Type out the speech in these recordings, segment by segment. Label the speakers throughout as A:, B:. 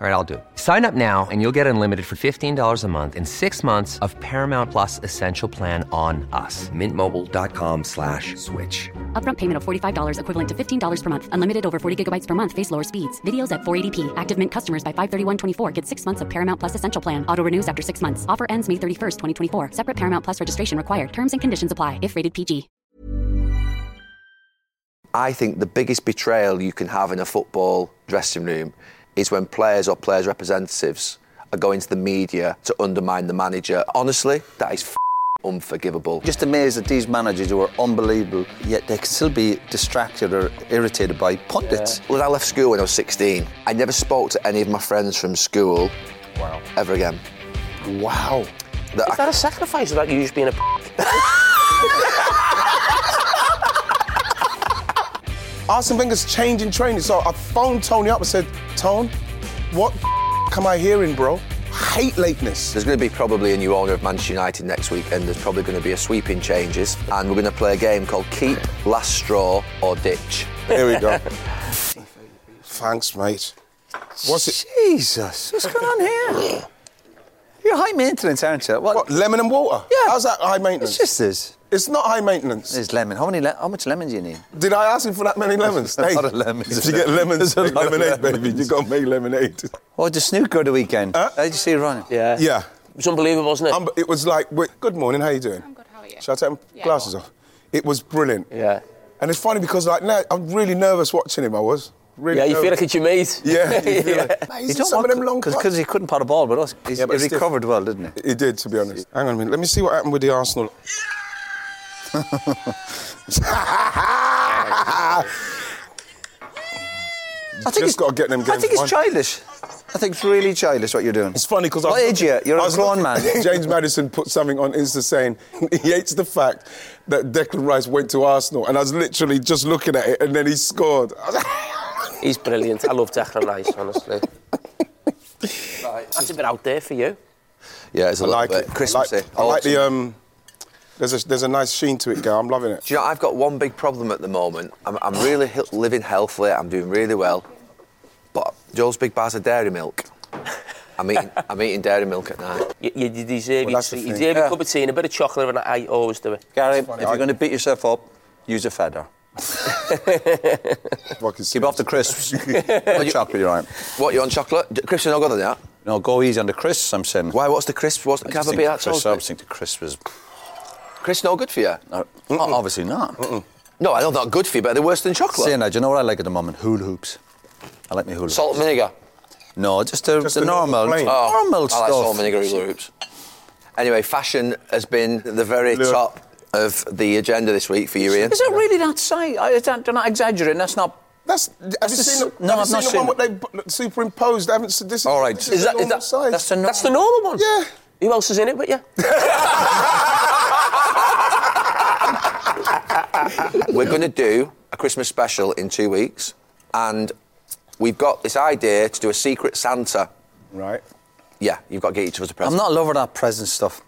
A: All right, I'll do it. Sign up now and you'll get unlimited for $15 a month in six months of Paramount Plus Essential Plan on us. Mintmobile.com slash switch.
B: Upfront payment of $45 equivalent to $15 per month. Unlimited over 40 gigabytes per month. Face lower speeds. Videos at 480p. Active Mint customers by 531.24 get six months of Paramount Plus Essential Plan. Auto renews after six months. Offer ends May 31st, 2024. Separate Paramount Plus registration required. Terms and conditions apply if rated PG.
C: I think the biggest betrayal you can have in a football dressing room is when players or players' representatives are going to the media to undermine the manager. Honestly, that is f- unforgivable.
D: Just amazed that these managers who are unbelievable, yet they can still be distracted or irritated by pundits.
C: When I left school when I was 16, I never spoke to any of my friends from school ever again.
D: Wow.
C: That I-
E: Is that a sacrifice without you just being a
F: Arsene Wenger's changing training. So I phoned Tony up and said, Tone, what am I hearing, bro? Hate lateness.
C: There's going to be probably a new owner of Manchester United next week, and there's probably going to be a sweeping changes. And we're going to play a game called Keep, Last Straw, or Ditch.
F: Here we go. Thanks, mate. What's it?
D: Jesus, what's going on here? You're high maintenance, aren't you? What?
F: What, lemon and water?
D: Yeah.
F: How's that high
D: It's
F: maintenance?
D: just this.
F: It's not high maintenance.
D: There's lemon. How many? Le- how much lemon do you need?
F: Did I ask him for that many lemons?
D: A lot
F: Hey,
D: of lemons.
F: If you get lemons,
D: There's a
F: make
D: lot of
F: lemonade,
D: lemons.
F: baby. You got to make lemonade.
D: Oh, did Snoop go the weekend?
F: Huh?
D: How did you see Ronnie?
E: Yeah.
F: Uh. Yeah.
E: It's unbelievable, isn't it?
F: Um, it was like, wait, good morning, how you doing?
G: I'm good, how are you?
F: Shall I take my
G: Yeah.
F: glasses off? It was brilliant.
E: yeah.
F: And it's funny because like now I'm really nervous watching him. I was really.
E: Yeah, you feel
F: nervous.
E: like it's your mate.
F: Yeah, you feel
E: Yeah.
F: like, "Mate, he's
D: You
F: in some of them long
D: because he couldn't pot a ball with us. He's,
F: Yeah, but
D: he
F: still-
D: recovered well, didn't he?
F: He did, to be honest. Hang on a minute. Let me see what happened with the Arsenal.
D: I think
F: Just
D: it's-
F: gotta get them
D: I
F: games
D: think it's
F: won.
D: childish. I think it's really childish what you're doing.
F: It's funny because
D: what age are you? You're a grown man.
F: James Madison put something on Insta saying he hates the fact that Declan Rice went to Arsenal, and I was literally just looking at it, and then he scored.
E: He's brilliant. I love Declan Rice, honestly. That's a bit out there for you.
C: Yeah, it's a
F: I
C: little
F: like
C: bit
F: it.
C: Christmassy.
F: I like, I like the
C: autumn.
F: um. There's a there's a nice sheen to it, girl. I'm loving it.
C: Do you know, I've got one big problem at the moment. I'm, I'm really he- living healthily, I'm doing really well. But Joe's Big Bars of Dairy Milk. I'm eating, I'm eating dairy milk at night.
E: You, you, you deserve,
F: Well,
E: your
F: that's the
E: treat.
F: thing.
E: you deserve
D: Yeah.
E: a cup of tea and a bit of chocolate, and I always do it.
D: Gary, if
F: funny,
D: you're
F: I-
D: going to beat yourself up, use a feather.
F: Fucking
D: Keep off the crisps. Put chocolate in your arm.
C: What, you on chocolate? D- Chris, you're not good at that.
D: No, go easy on the crisps, I'm saying.
C: Why, what's the crisp? What's, can I
D: just
C: have a
D: think
C: bit
D: the
C: of that
D: crisps-
C: toast?
D: I
C: mate?
D: was thinking crisps was.
C: Chris, no good for you?
D: No, obviously not.
C: No, I know not good for you, but they're worse than chocolate.
D: Saying that, you know what I like at the moment? Hula hoops. I like my hula
C: Salt
D: hoops.
C: and vinegar.
D: No, just the,
F: Just
D: the,
F: the
D: normal,
F: plain.
C: Oh,
D: normal
C: I
D: stuff.
C: like salt and vinegar hula hoops. Anyway, fashion has been the very
F: Look.
C: top of the agenda this week for you, Ian.
D: Is it really that size? I, don't, I'm not exaggerating. That's not.
F: That's. Have
D: That's
F: you
D: just-
F: seen the,
D: no,
F: have you
D: I've not
F: seen the one
D: seen
F: what they superimposed? I haven't. seen- This is
D: All right.
F: This
D: Is
F: is,
D: that-
F: the
D: is
F: normal
D: that-
F: size.
D: that's the nor-
E: That's the normal one.
F: Yeah.
E: Who else is in it but you?
C: We're going to do a Christmas special in two weeks, and we've got this idea to do a secret Santa.
F: Right.
C: Yeah, you've got to get each of us a
D: I'm
C: present.
D: not a lover of that present stuff.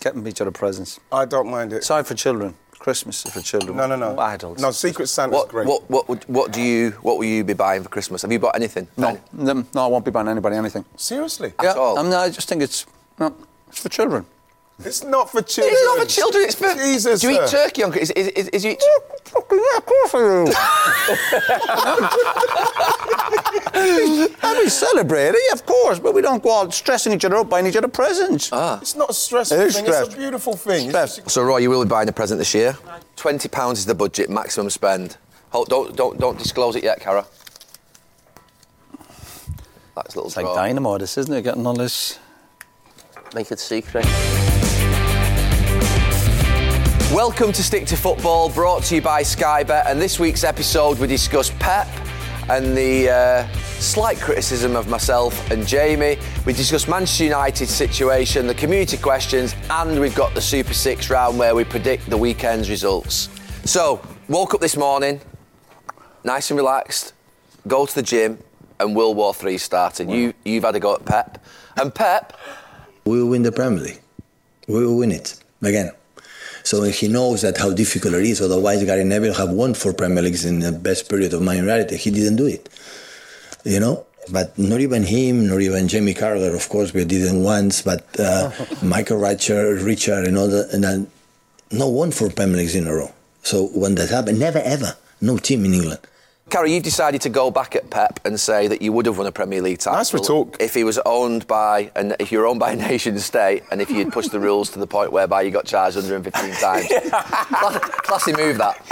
D: Getting each other presents.
F: I don't mind it.
D: Sorry for children. Christmas is for children.
F: No, no, no.
D: Adults.
F: No, Secret Santa's
C: What,
F: great.
C: what, what, would- what do you, what will you be buying for Christmas? Have you bought anything?
D: No, no, no, I won't be buying anybody anything.
F: Seriously?
C: At all?
D: I'm not- I just think it's no, it's for children.
F: It's not for children.
C: It's not for children. It's for.
F: Jesus.
C: Do you eat
F: sir.
C: turkey, Uncle? Is, is, is, is you eat?
F: Yeah, of course I do.
D: And we celebrate it, of course, but we don't go out stressing each other up buying each other presents.
F: It's not a stressful
D: It is
F: thing. It's
D: stressful.
F: a beautiful thing. It's just-
C: So, Roy, you will be buying a present this year. Twenty pounds is the budget maximum spend. Hold, don't don't don't disclose it yet, Cara. That's a little.
D: It's like
C: draw.
D: dynamo, this, isn't it? Getting all this.
E: Make it secret.
C: Welcome to Stick to Football, brought to you by Sky Bet. And this week's episode, we discuss Pep and the uh, slight criticism of myself and Jamie. We discuss Manchester United's situation, the community questions, and we've got the Super Six round where we predict the weekend's results. So, woke up this morning, nice and relaxed, go to the gym, and World War Three started. You, you've had a go at Pep, and Pep.
G: we will win the Premier League. We will win it again. So he knows that how difficult it is. Otherwise, Gary Neville have won four Premier Leagues in the best period of Man United. He didn't do it, you know. But not even him, nor even Jamie Carragher, of course, we didn't once. But uh, Michael Richard, Richard, and all that, and then no one four Premier Leagues in a row. So when that happened, never ever, no team in England.
C: Carrie, you decided to go back at Pep and say that you would have won a Premier League title.
F: Nice retort.
C: If he was owned by, and if you were owned by a nation state, and if you'd pushed the rules to the point whereby you got charged 115 times. Class- Classy move, that.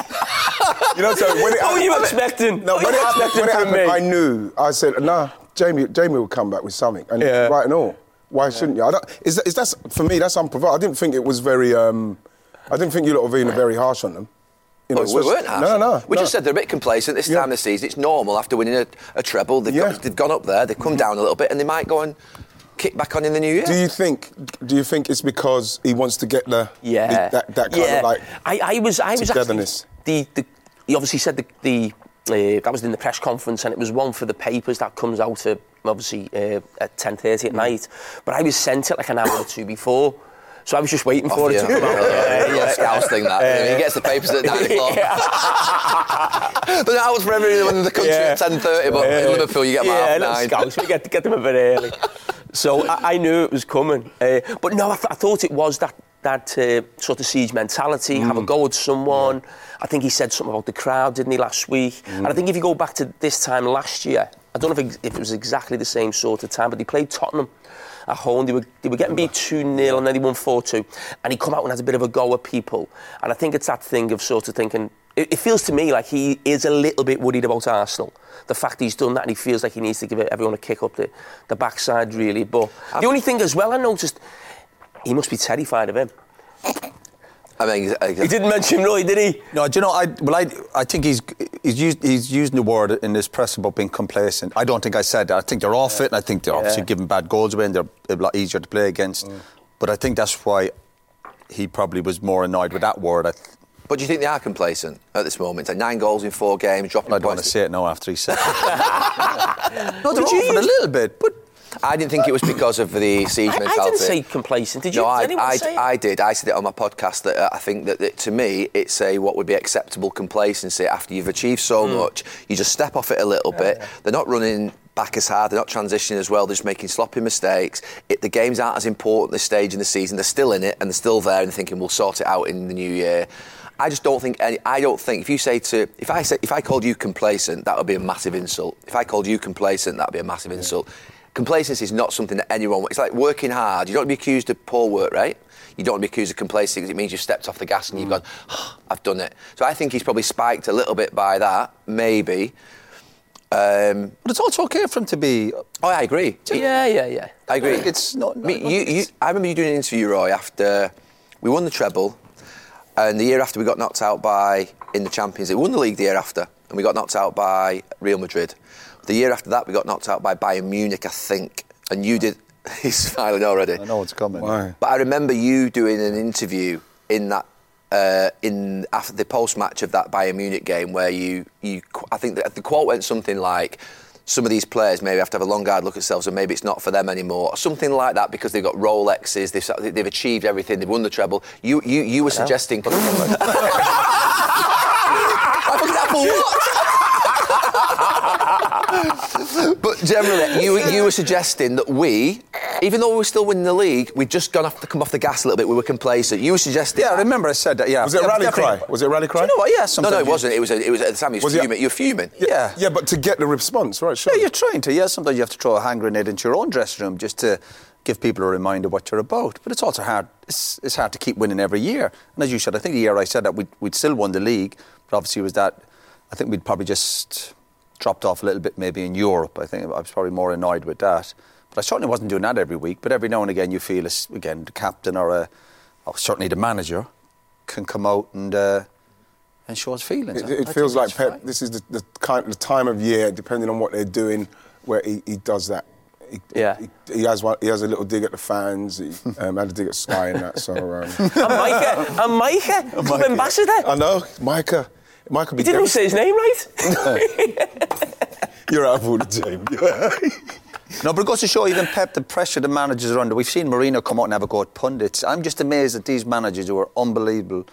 F: You know, so when it
E: What were you
F: happened-
E: expecting?
F: No,
E: What
F: when
E: were
F: it
E: you
F: happened,
E: expecting
F: when it
E: from
F: happened
E: me?
F: I knew. I said, nah, Jamie, Jamie will come back with something, and
H: Yeah.
F: right and all. Why shouldn't you? I don't, is that, is that's for me? That's unprovoked. I didn't think it was very. Um, I didn't think you lot were being very harsh on them. You
C: But we
F: especially-
C: weren't harsh.
F: No, no, no.
C: We just said they're a bit complacent this
F: Yeah.
C: time of the season. It's normal after winning a, a treble. They've,
F: Yeah.
C: got, they've gone up there, they've come down a little bit, and they might go and kick back on in the new year.
F: Do you think? Do you think it's because he wants to get the
E: Yeah.
F: the- that, that kind
E: yeah.
F: of like
E: I, I was I was actually
F: togetherness?
E: the, the he obviously said the, the uh, that was in the press conference and it was one for the papers that comes out uh, obviously uh, at 10:30 at night. But I was sent it like an hour or two before. So I was just waiting for
C: Off
E: it to
C: you.
E: come out.
C: Yeah, yeah, Scouse thing that. you know, he gets the papers at 9 o'clock. but that was for everyone in the country at 10.30, but in Liverpool you get them
E: yeah,
C: at
E: little
C: half 9.
E: scouts. We get to get them a bit early. so I, I knew it was coming, uh, but no, I, th- I thought it was that that uh, sort of siege mentality.
C: Mm.
E: Have a go at someone. I think he said something about the crowd, didn't he, last week?
C: Mm.
E: And I think if you go back to this time last year, I don't know if it, if it was exactly the same sort of time, but they played Tottenham. At home, they were, they were getting beat 2 0 and then they won 4 2. And he come out and has a bit of a go at people. And I think it's that thing of sort of thinking, it, it feels to me like he is a little bit worried about Arsenal. The fact he's done that and he feels like he needs to give everyone a kick up the, the backside, really. But the only thing as well I noticed, he must be terrified of him.
C: I mean, ex- ex-
E: He didn't mention Roy, did he?
D: No, do you know? I well, I, I think he's he's, used, he's using the word in this press about being complacent. I don't think I said that. I think they're all fit, and I think they're obviously giving bad goals away, and they're a lot easier to play against. But I think that's why he probably was more annoyed with that word. I,
C: But do you think they are complacent at this moment? Like nine goals in four games, dropping
D: I don't want to
C: points.
D: say it now after he said. it. no, they're
E: Did you
D: off it a
E: use-
D: little bit, but
C: I didn't think it was because of the siege
E: I, I
C: mentality.
E: didn't say complacent. Did you?
C: no,
E: did
C: I,
E: anyone
C: I,
E: say it?
C: I did. I said it on my podcast that uh, I think that, that to me it's a what would be acceptable complacency after you've achieved so much. You just step off it a little bit. They're not running back as hard. They're not transitioning as well. They're just making sloppy mistakes. It, the games aren't as important at this stage in the season. They're still in it and they're still there and thinking we'll sort it out in the new year. I just don't think any, I don't think if you say to if I say if I called you complacent that would be a massive insult. If I called you complacent that would be a massive insult. Complacency is not something that anyone. It's like working hard. You don't want to be accused of poor work, right? You don't want to be accused of complacency because it means you've stepped off the gas and you've gone,
D: Mm.
C: "Ah, I've done it. So I think he's probably spiked a little bit by that, maybe. Um,
D: but it's also okay for him to be.
C: oh, I agree.
E: Yeah, yeah, yeah.
C: I agree.
D: It's not.
C: Me- you, you, I remember you doing an interview, Roy, after we won the treble, and the year after we got knocked out by in the Champions League, we won the league the year after, and we got knocked out by Real Madrid. The year after that, we got knocked out by Bayern Munich, I think, and you did. He's smiling already.
D: I know it's coming.
C: But I remember you doing an interview in that uh, in after the post match of that Bayern Munich game where you you qu- I think the, the quote went something like. Some of these players maybe have to have a long hard look at themselves, and maybe it's not for them anymore, or something like that, because they've got Rolexes, they've, sa- they've achieved everything, they've won the treble. You you you were suggesting. I fucking Apple Watch. but generally, you you were suggesting that we even though we were still winning the league, we'd just gone off to come off the gas a little bit. We were complacent. You suggested.
D: Yeah, I remember I said that. Yeah.
F: Was it
D: Yeah,
F: rally
D: definitely.
F: cry? Was it rally cry?
D: Do you know what? Yeah.
C: No,
D: sometimes
C: no, it
D: you-
C: wasn't. It was. A, it was at the time. He was,
F: Was it-
C: fuming. You were fuming.
D: Yeah.
F: Yeah, but to get the response, right? Sure.
D: Yeah, you're trying to. Yeah, sometimes you have to throw a hand grenade into your own dressing room just to give people a reminder what you're about. But it's also hard. It's, it's hard to keep winning every year. And as you said, I think the year I said that we'd, we'd still won the league, but obviously it was that I think we'd probably just dropped off a little bit maybe in Europe. I think I was probably more annoyed with that. But I certainly wasn't doing that every week. But every now and again, you feel as again the captain or a, or certainly the manager can come out and. Uh, and show his feelings.
F: It,
D: I- I
F: it
D: think
F: feels like
D: that's
F: Pep.
D: fine.
F: This is the, the kind, the time of year, depending on what they're doing, where he, he does that. He,
E: Yeah.
F: He, he has one. He has a little dig at the fans. He um, had a dig at Sky and that. So um,
E: And Micah, and Micah, club ambassador.
F: I know, Micah. Micah be
E: He didn't even say his name right.
F: devas- You're out of all the team.
D: No, but it goes to show even Pep, the pressure the managers are under. We've seen Marino come out and have a go at pundits. I'm just amazed that these managers who are unbelievable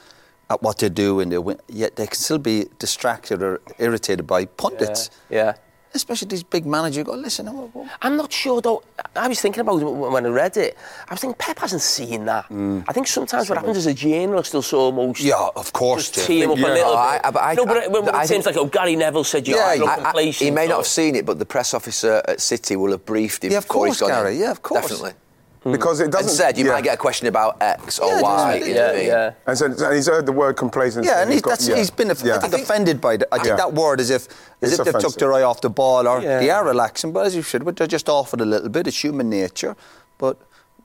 D: at what they do and they win, yet they can still be distracted or irritated by pundits.
E: Uh, yeah.
D: Especially these big managers who go, listen, oh, oh,
E: I'm not sure though. I was thinking about it when I read it. I was thinking Pep hasn't seen that.
C: Mm.
E: I think sometimes what happens is a journalist will almost
D: yeah, of course.
E: just
D: Jim."
E: team up
C: Yeah.
E: a little
C: No, I-
E: bit.
C: but I-
E: no, but when, when
C: I
E: it seems
C: think-
E: like oh Gary Neville said you're
D: Yeah,
E: yeah,
C: I- I-
E: complacent.
C: he may not
E: or-
C: have seen it, but the press officer at City will have briefed him
D: Yeah, of
C: before
D: course,
C: he's gone
D: Gary.
C: in.
D: Yeah, of course.
C: Definitely.
F: because it doesn't.
C: And said you
F: yeah.
C: might get a question about X or
D: Yeah,
C: Y.
D: just-
C: you know
E: Yeah,
C: what I mean?
E: yeah.
F: And so and he's heard the word complacency.
D: Yeah,
F: and
D: and he's,
F: got-
D: that's,
F: yeah.
D: he's been off- I think, offended by that. I think
F: Yeah.
D: that word is if
F: It's
D: as if they've took
F: offensive.
D: their eye off the ball or
E: Yeah.
D: they are relaxing. But as you said, but they're just off it a little bit. It's human nature. But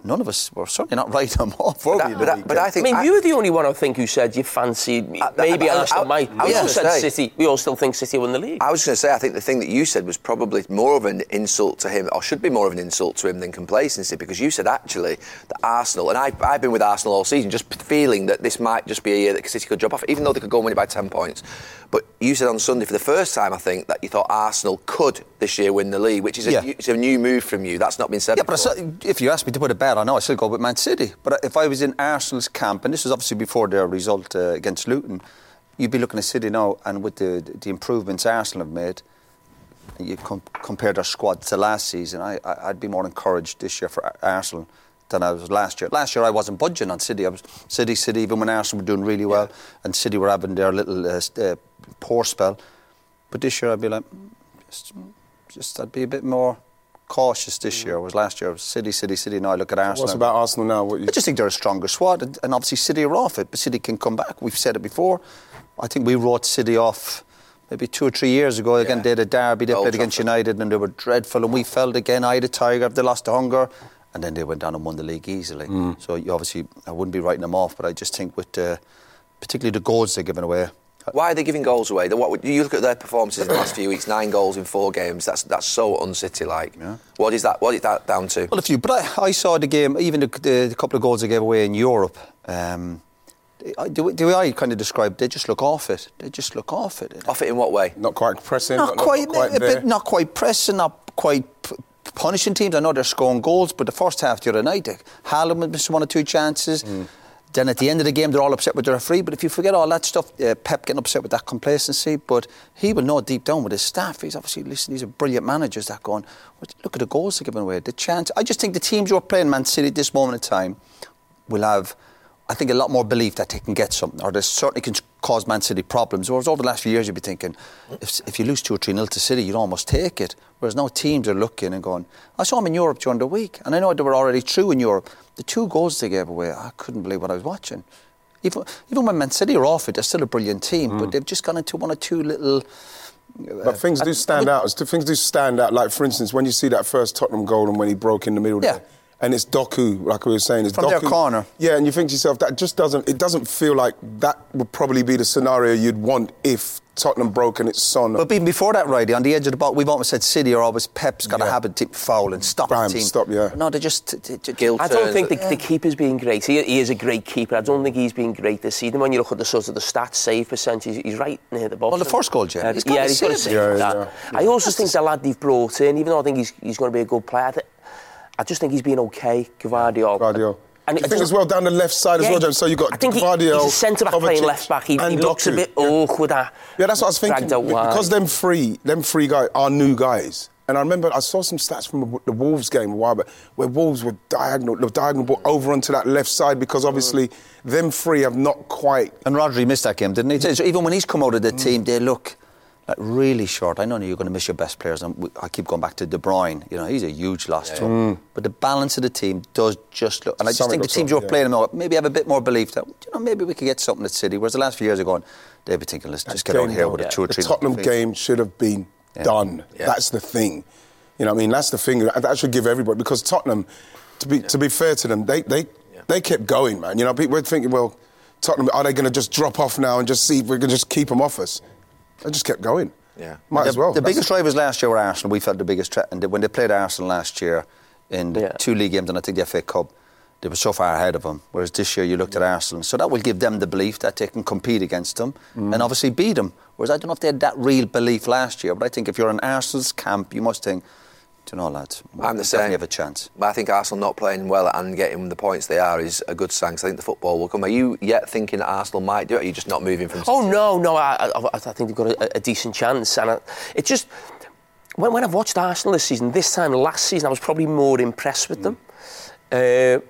D: none of us were certainly not right on off. were
C: But,
D: we,
C: I- but, I-
D: the
C: but I
D: weekend?
E: I
C: think
E: mean,
C: I-
E: you were the only one I think who said you fancied
C: I-
E: maybe
C: I- I-
E: Arsenal
C: I-
E: might.
C: I was
E: We all
C: gonna
E: said
C: say-
E: City. We all still think City won the league.
C: I was going to say, I think the thing that you said was probably more of an insult to him, or should be more of an insult to him than complacency, because you said actually that Arsenal, and I, I've been with Arsenal all season, just feeling that this might just be a year that City could drop off, even though they could go and win it by 10 points. But you said on Sunday, for the first time, I think, that you thought Arsenal could this year win the league, which is a,
D: Yeah.
C: new, it's a new move from you. That's not been said
D: Yeah, but I
C: before.
D: still- if you asked me to put a bet, I know I still go with Man City. But if I was in Arsenal's camp, and this was obviously before their result uh, against Luton, you'd be looking at City now, and with the the improvements Arsenal have made, you com- compare their squad to last season. I, I I'd be more encouraged this year for Ar- Arsenal than I was last year. Last year I wasn't budging on City. I was City, City. Even when Arsenal were doing really well, and City were having their little uh, s- uh, poor spell, but this year I'd be like, "Mm, just, just I'd be a bit more cautious this year. Whereas last year it was City, City, City. Now I look at Arsenal.
F: What's about Arsenal now? What you,
D: I just think they're a stronger squad, and, and obviously City are off it. But City can come back. We've said it before. I think we wrote City off maybe two or three years ago. Again, they had a derby. They
C: Old
D: played against
C: Trafford.
D: United, and they were dreadful. And we fell again. I had a tiger. They lost the hunger, and then they went down and won the league easily. So you obviously, I wouldn't be writing them off. But I just think with uh, particularly the goals they're giving away.
C: Why are they giving goals away? The- What, would- you look at their performances in the last few weeks, nine goals in four games, that's, that's so un-City-like. What, is that, what is that down to?
D: Well, a few. But I, I saw the game, even the, the, the couple of goals they gave away in Europe. Um, I- the, way- the way I kind of described, they just look off it. They just look off it.
C: Off it in what way?
F: not quite pressing.
D: not, quite, a
F: there.
D: bit, not quite pressing, not quite p- punishing teams. I know they're scoring goals, but the first half the other night, they- Haaland missed one or two chances. Then at the end of the game, they're all upset with the referee. But if you forget all that stuff, uh, Pep getting upset with that complacency. But he will know deep down with his staff. He's obviously listening. These are brilliant managers that going. "Well, Look at the goals they're giving away. The chance. I just think the teams who are playing Man City at this moment in time will have, I think, a lot more belief that they can get something, or they certainly can cause Man City problems. Whereas over the last few years, you'd be thinking, if, if you lose 2 or 3 nil to City, you'd almost take it. Whereas now teams are looking and going, I saw them in Europe during the week, and I know they were already through in Europe. The two goals they gave away, I couldn't believe what I was watching. Even, even when Man City are off it, they're still a brilliant team,
F: Mm.
D: but they've just gone into one or two little.
F: But things do stand out. Things do stand out. Like, for instance, when you see that first Tottenham goal and when he broke in the middle
D: Yeah.
F: there. And it's Doku, like we were saying. It's
D: From their
F: Doku.
D: corner.
F: Yeah, and you think to yourself, that just doesn't, it doesn't feel like that would probably be the scenario you'd want if Tottenham broke and it's Son.
D: But even before that, Riley, on the edge of the box, we've almost said City are always Pep's got a
F: Yeah.
D: habit to foul and stop
F: Bam,
D: the team.
F: stop, yeah.
D: No, they just. They, they,
C: Guilt.
E: I don't
C: turns
E: think the,
C: it-
E: the keeper's been great. He, he is a great keeper. I don't think he's been great this season. When you look at the sort of the stats, save percentage, he's right near the bottom.
D: Well, the first goal, Jim,
E: Uh,
D: he's got
E: yeah,
D: a
E: he's got to
D: save.
E: save
F: Yeah,
E: that.
F: yeah.
E: I also think the lad they've brought in, even though I think he's, he's going to be a good player, I, th- I just think he's been okay, Gavardio.
F: Guardiola.
E: And
F: And
E: it-
F: I think as well down the left side as
E: Yeah,
F: well, James. So you've got
E: I think he-
F: Guardiola,
E: he's a centre back playing
F: Kovacic
E: left back. He, he
F: and
E: looks a
F: Doku.
E: bit
F: Yeah.
E: awkward. uh,
F: Yeah, that's what I was thinking.
E: dragged out wide.
F: Because them three, them three guys are new guys. And I remember I saw some stats from the- the Wolves game a while back, where Wolves were diagonal, the diagonal ball over onto that left side because obviously them three have not quite.
D: And Rodri missed that game, didn't he?
F: Mm.
D: So even when he's come out of the team, they look like really short. I know you're going to miss your best players, and we- I keep going back to De Bruyne. You know, he's a huge loss to him. But the balance of the team does just look. And I just
F: Something
D: think the
F: looks
D: teams
F: wrong,
D: you're
F: yeah.
D: playing them out, maybe have a bit more belief that you know maybe we could get something at City. Whereas the last few years are going, they'd be thinking, let's just get
F: game
D: on here
F: done.
D: with a
F: Yeah.
D: two or
F: The
D: three.
F: Tottenham
D: defeat.
F: game should have been
D: Yeah.
F: done.
D: Yeah.
F: That's the thing. You know, what I mean, that's the thing. That should give everybody because Tottenham, to be to be fair to them, they they they kept going, man. You know, people were thinking, well, Tottenham, are they going to just drop off now and just see if we can just keep them off us? They just kept going.
C: Yeah.
F: might
D: the,
F: as well.
D: The
F: That's-
D: biggest rivals last year were Arsenal. We felt the biggest threat, and they- when they played Arsenal last year in the
E: Yeah.
D: two league games, and I think the FA Cup, they were so far ahead of them. Whereas this year, you looked at Arsenal, so that will give them the belief that they can compete against them and obviously beat them. Whereas I don't know if they had that real belief last year, but I think if you're in Arsenal's camp, you must think, do you know, lads, we
C: I'm the
D: definitely
C: same.
D: have a chance.
C: But I think Arsenal not playing well and getting the points they are is a good sign. 'cause I think the football will come. Are you yet thinking that Arsenal might do it? Or are you just not moving from?
E: Oh no, no, I, I, I think they've got a, a decent chance, and I, it just when, when I've watched Arsenal this season, this time last season, I was probably more impressed with them. Uh,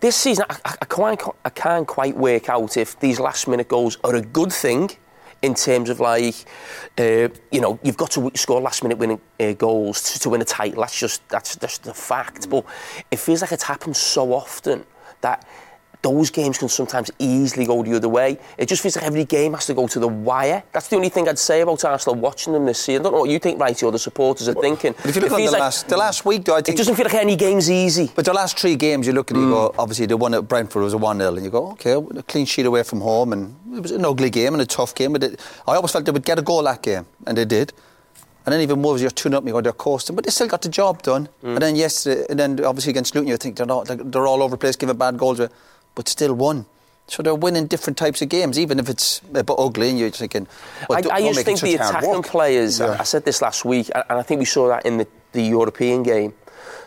E: this season, I, I, I quite, I can't quite work out if these last minute goals are a good thing in terms of like, uh, you know, you've got to w- score last minute winning uh, goals to, to win a title. That's just that's just a fact. But it feels like it's happened so often that those games can sometimes easily go the other way. It just feels like every game has to go to the wire. That's the only thing I'd say about Arsenal watching them this season. I don't know what you think, Righty, or the supporters are thinking.
D: But if you look
E: It
D: at the,
E: feels like-
D: last, the last week, though, I
E: it
D: think
E: doesn't feel like any game's easy.
D: But the last three games, you look at it, you
E: Mm.
D: go, obviously, the one at Brentford was a 1 0, and you go, okay, a clean sheet away from home, and it was an ugly game and a tough game. But it, I always felt they would get a goal that game, and they did. And then even Wolves, you're 2 0, you go, they're coasting, but they still got the job done.
E: Mm.
D: And then yesterday, and then obviously against Luton, you think they're, not, they're all over the place, giving bad goals, but still won. So they're winning different types of games, even if it's a bit ugly and you're thinking, well,
E: I,
D: don't-
E: I
D: don't
E: used to
D: make it
E: think the
D: such hard
E: attacking
D: work.
E: players, I- I said this last week, and and I think we saw that in the, the European game.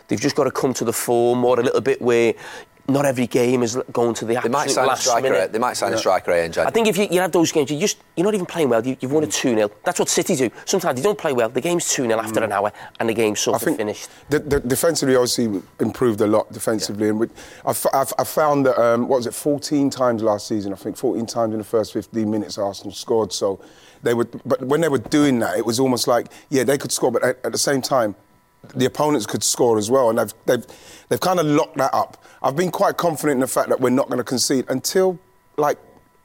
E: They've just got to come to the form or a little bit where not every game is going to the
C: They
E: absolute
C: might sign a
E: last
C: striker.
E: minute.
C: They might sign a striker eh, in January.
E: I think if you, you have those games, you just, you're not even playing well. You, you've won a 2 0. That's what City do. Sometimes they don't play well. The game's 2 0
C: Mm.
E: after an hour, and the game's sort
F: I
E: of
F: think
E: finished.
F: The, the defensively, obviously, improved a lot defensively. And we, I, f- I f- I found that, um, what was it, 14 times last season, I think, 14 times in the first 15 minutes Arsenal scored. So they were, but when they were doing that, it was almost like, yeah, they could score, but at, at the same time, the opponents could score as well. And they've, they've, they've kind of locked that up. I've been quite confident in the fact that we're not going to concede until, like,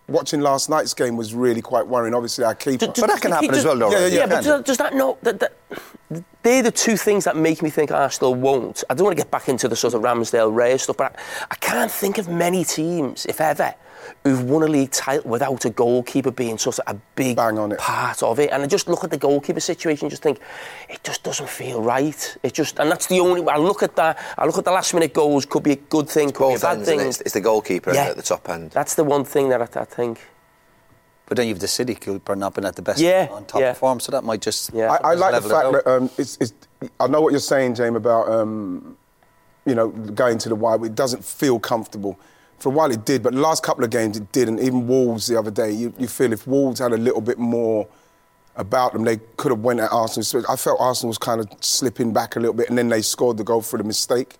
F: watching last night's game was really quite worrying. Obviously, our keeper.
E: Do- do-
D: But that can
E: do-
D: happen as
E: do-
D: well, though,
F: Yeah,
E: Yeah,
F: yeah, yeah.
E: but does, does that not? That, that, they're the two things that make me think Arsenal won't. I don't want to get back into the sort of Ramsdale Reyes stuff, but I, I can't think of many teams, if ever, who've won a league title without a goalkeeper being sort of a big
F: Bang on it.
E: part of it. And I just look at the goalkeeper situation, and just think it just doesn't feel right. It just, and that's the only. I look at that. I look at the last minute goals. Could be a good thing. Could
C: both
E: be a bad
C: ends, and
E: thing.
C: it's, it's the goalkeeper
E: Yeah.
C: at the top end.
E: That's the one thing that I, I think.
D: But then you have the City keeper not been at the best
E: Yeah,
D: on top
E: yeah.
D: of form, so that might just.
E: Yeah.
F: I, I
D: just
F: like the
D: level it
F: fact
D: out.
F: that um, it's, it's. I know what you're saying, James, about um, you know going to the wide. It doesn't feel comfortable. For a while it did, but the last couple of games it did, and even Wolves the other day, you, you feel if Wolves had a little bit more about them, they could have went at Arsenal. So I felt Arsenal was kind of slipping back a little bit, and then they scored the goal through the mistake.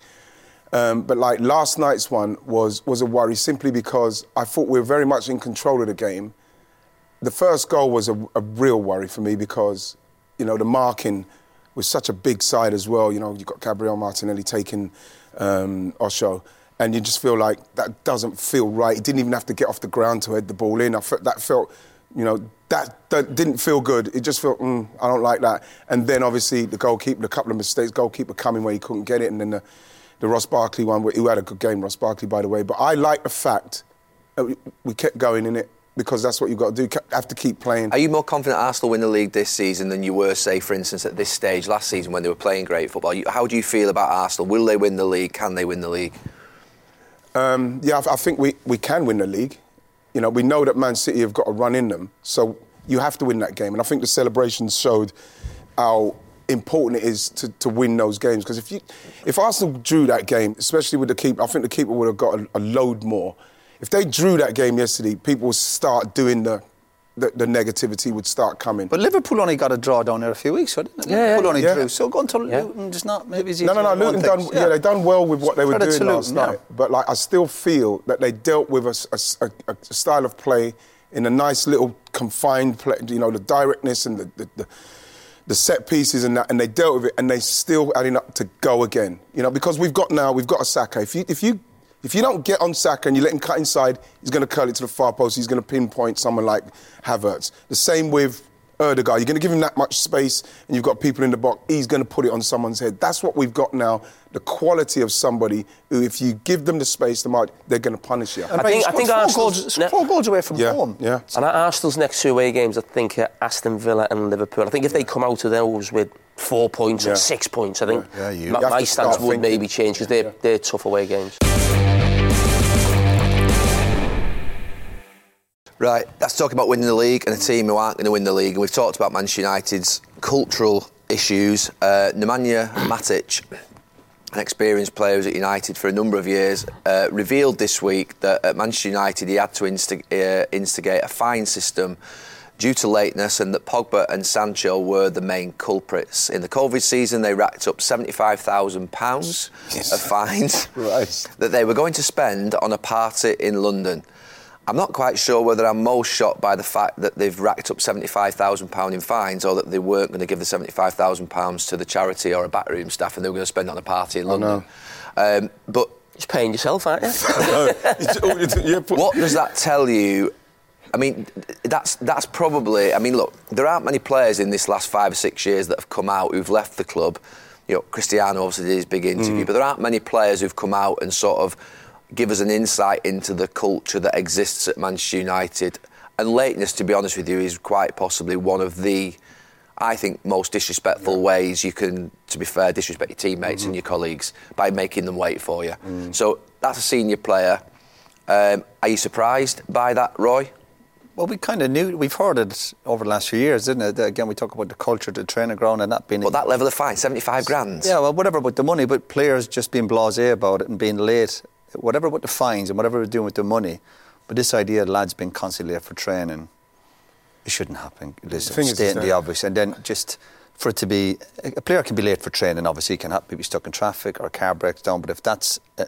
F: Um, but like last night's one was was a worry simply because I thought we were very much in control of the game, the first goal was a, a real worry for me because, you know, the marking was such a big side as well. You know, you've got Gabriel Martinelli taking um, Osho, and you just feel like that doesn't feel right. He didn't even have to get off the ground to head the ball in. I felt that felt, you know, that, that didn't feel good. It just felt, mm, I don't like that. And then obviously the goalkeeper, a couple of mistakes, goalkeeper coming where he couldn't get it, and then the, the Ross Barkley one, who had a good game, Ross Barkley, by the way. But I like the fact uh, we- we kept going in it because that's what you've got to do. Ke- Have to keep playing.
C: Are you more confident Arsenal win the league this season than you were, say, for instance, at this stage last season when they were playing great football? You- How do you feel about Arsenal? Will they win the league? Can they win the league?
F: yeah, I, I think we, we can win the league. You know, we know that Man City have got a run in them, so you have to win that game. And I think the celebrations showed how important it is to, to win those games. Because if you, if Arsenal drew that game, especially with the keeper, I think the keeper would have got a, a load more. If they drew that game yesterday, people would start doing the the, the negativity would start coming.
D: But Liverpool only got a draw down there a few weeks ago, didn't they?
E: Yeah, yeah.
D: Liverpool only
F: Yeah.
D: drew. So go until
E: Yeah.
D: Luton just not maybe it's
F: No, no, no.
D: easier to
F: Luton
D: go on
F: done.
D: things.
F: Yeah. they done well with what they were
D: Credit
F: doing
D: to
F: last
D: Luton, yeah.
F: night. But like, I still feel that they dealt with a s- a, s- a- a style of play in a nice little confined play. You know, the directness and the the, the, the set pieces and that, and they dealt with it, and they still adding up to go again. You know, because we've got now, we've got a Saka. If you if you if you don't get on Saka and you let him cut inside, he's going to curl it to the far post. He's going to pinpoint someone like Havertz. The same with Erdogan, you're going to give him that much space and you've got people in the box, he's going to put it on someone's head. That's what we've got now the quality of somebody who, if you give them the space, the mark, they're going to punish you.
D: And
E: I think-
D: mate,
E: I think
D: four
E: Arsenal's-
D: goals,
E: no-
D: four goals away from
F: Yeah,
D: home.
F: yeah.
E: And at Arsenal's next two away games, I think uh, Aston Villa and Liverpool. I think if they come out of those with four points
F: Yeah.
E: or six points, I think
D: Yeah, you-
E: my,
F: You have
E: my
F: to
E: stance
F: start
E: would
F: thinking.
E: maybe change because they're, they're tough away games.
C: Right, that's talking about winning the league and a team who aren't going to win the league. And we've talked about Manchester United's cultural issues. Uh, Nemanja Matic, an experienced player who was at United for a number of years, uh, revealed this week that at Manchester United he had to instig- uh, instigate a fine system due to lateness and that Pogba and Sancho were the main culprits. In the Covid season, they racked up £75,000 of fines
F: Christ.
C: that they were going to spend on a party in London. I'm not quite sure whether I'm most shocked by the fact that they've racked up £75,000 in fines or that they weren't going to give the £75,000 to the charity or a backroom staff and they were going to spend it on a party in London. Um, but
E: Just paying yourself, aren't you?
C: what does that tell you? I mean, that's that's probably. I mean, look, there aren't many players in this last five or six years that have come out who've left the club. You know, Cristiano obviously did his big interview, but there aren't many players who've come out and sort of give us an insight into the culture that exists at Manchester United. And lateness, to be honest with you, is quite possibly one of the, I think, most disrespectful ways you can, to be fair, disrespect your teammates and your colleagues by making them wait for you. So that's a senior player. Um, are you surprised by that, Roy?
D: Well, we kind of knew. We've heard it over the last few years, didn't it? That, Again, we talk about the culture, the training ground, and that being.
C: But that level of fine, 75 grand.
D: Yeah, well, whatever about the money, but players just being blasé about it and being late, whatever about the fines and whatever we're doing with the money. But this idea of lads being constantly late for training, it shouldn't happen. Listen,
F: thing is, is
D: stating the
F: that-
D: obvious. And then just for it to be, a a player can be late for training, obviously, he can happen, be stuck in traffic or a car breaks down, but if that's a,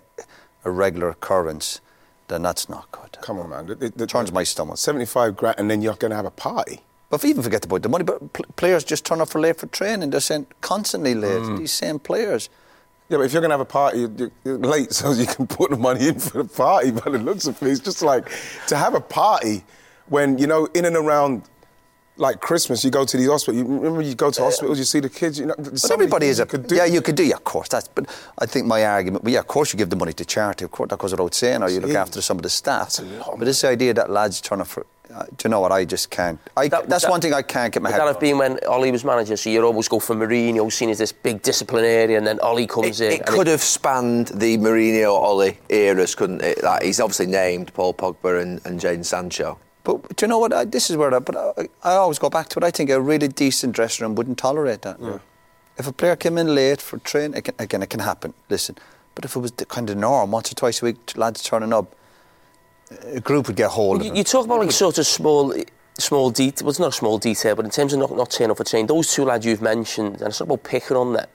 D: a regular occurrence, then that's not good.
F: Come on, man. It, it, it
D: Turns my stomach.
F: 75 grand and then you're going to have a party.
D: But if you even forget about the money, but pl- players just turn up for late for training. They're sent constantly late.
F: Mm.
D: These same players.
F: Yeah, but if you're going to have a party, you're, you're late so you can put the money in for the party. By the looks of things, just like to have a party when you know in and around. Like Christmas, you go to the hospital. You remember, you go to hospitals, you see the kids. You know,
D: Uh, But everybody is a yeah. You could do, yeah, of course. That's but I think my argument. Well, yeah, of course you give the money to charity. Of course, that goes without saying. Or you look
F: Yeah.
D: after some of the staff. But this idea that lads turn up for, uh, do you know what? I just can't. I,
E: That-
D: that's
E: that-
D: one thing I can't get my
E: Would
D: head.
E: that
D: around.
E: have been when Ollie was manager? So you'd always go for Mourinho, seen as this big disciplinarian, and then Ollie
C: It,
E: comes in.
C: it
E: and
C: could have spanned the Mourinho Ollie eras, couldn't it? Like, he's obviously named Paul Pogba and, and Jadon Sancho.
D: But do you know what? I, this is where. I, but I, I always go back to it. I think a really decent dressing room wouldn't tolerate that. If a player came in late for training, it can, again, it can happen. Listen, but if it was the kind of norm, once or twice a week, t- lads turning up, a group would get hold of
E: You,
D: it.
E: you talk about like sort of small, small detail. Well, it's not a small detail, but in terms of not not turning up for training, those two lads you've mentioned, and it's not about picking on them.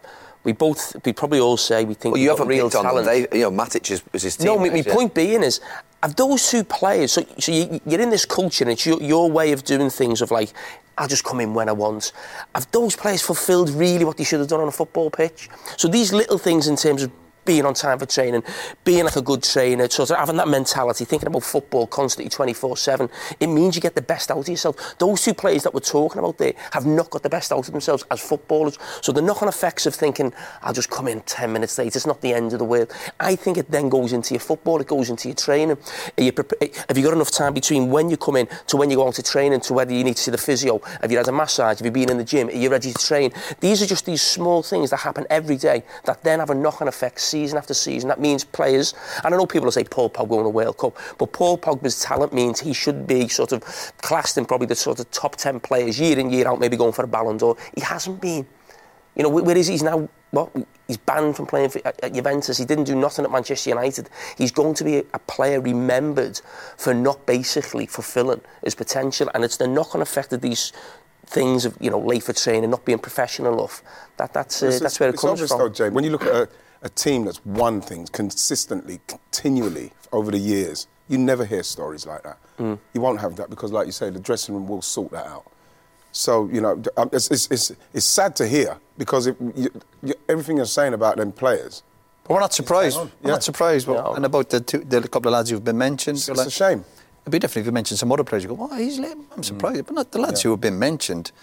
E: We both, we probably all say we
C: Well,
E: think we've
C: you
E: got
C: haven't
E: real
C: picked on them.
E: talent.
C: They, you know, Matic is, was his team.
E: No, my, my point being is, of those two players, so, so you, you're in this culture and it's your, your way of doing things of like, I'll just come in when I want. Have those players fulfilled really what they should have done on a football pitch? So these little things in terms of being on time for training, being like a good trainer, sort of having that mentality, thinking about football constantly 24 7, it means you get the best out of yourself. Those two players that we're talking about there have not got the best out of themselves as footballers. So the knock on effects of thinking, I'll just come in 10 minutes late, it's not the end of the world. I think it then goes into your football, it goes into your training. Are you prep- have you got enough time between when you come in to when you go on to training to whether you need to see the physio? Have you had a massage? Have you been in the gym? Are you ready to train? These are just these small things that happen every day that then have a knock on effect season after season. That means players, and I know people will say Paul Pogba won a World Cup, but Paul Pogba's talent means he should be sort of classed in probably the sort of top 10 players year in, year out, maybe going for a Ballon d'Or. He hasn't been. You know, wh- where is he? He's now, what? He's banned from playing for, at, at Juventus. He didn't do nothing at Manchester United. He's going to be a, a player remembered for not basically fulfilling his potential. And it's the knock on effect of these things of, you know, late for training, not being professional enough. That, that's, uh,
F: It's-
E: that's where it
F: it's
E: comes
F: obvious
E: from.
F: Though, Jay, when you look at a, a team that's won things consistently, continually over the years, you never hear stories like that.
C: Mm.
F: You won't have that because, like you say, the dressing room will sort that out. So you know, d- um, it's, it's, it's, it's sad to hear because it, you, you, everything you're saying about them players,
D: But we're not surprised.
F: on,
D: We're
F: yeah.
D: not surprised. Well,
E: No.
D: And about the, two, the couple of lads who've been mentioned.
F: it's,
D: you're
F: it's a
D: like-
F: shame. Mm.
D: It'd be different if you mentioned some other players. You go, "Wow, he's late." I'm surprised. But not the lads who have been mentioned.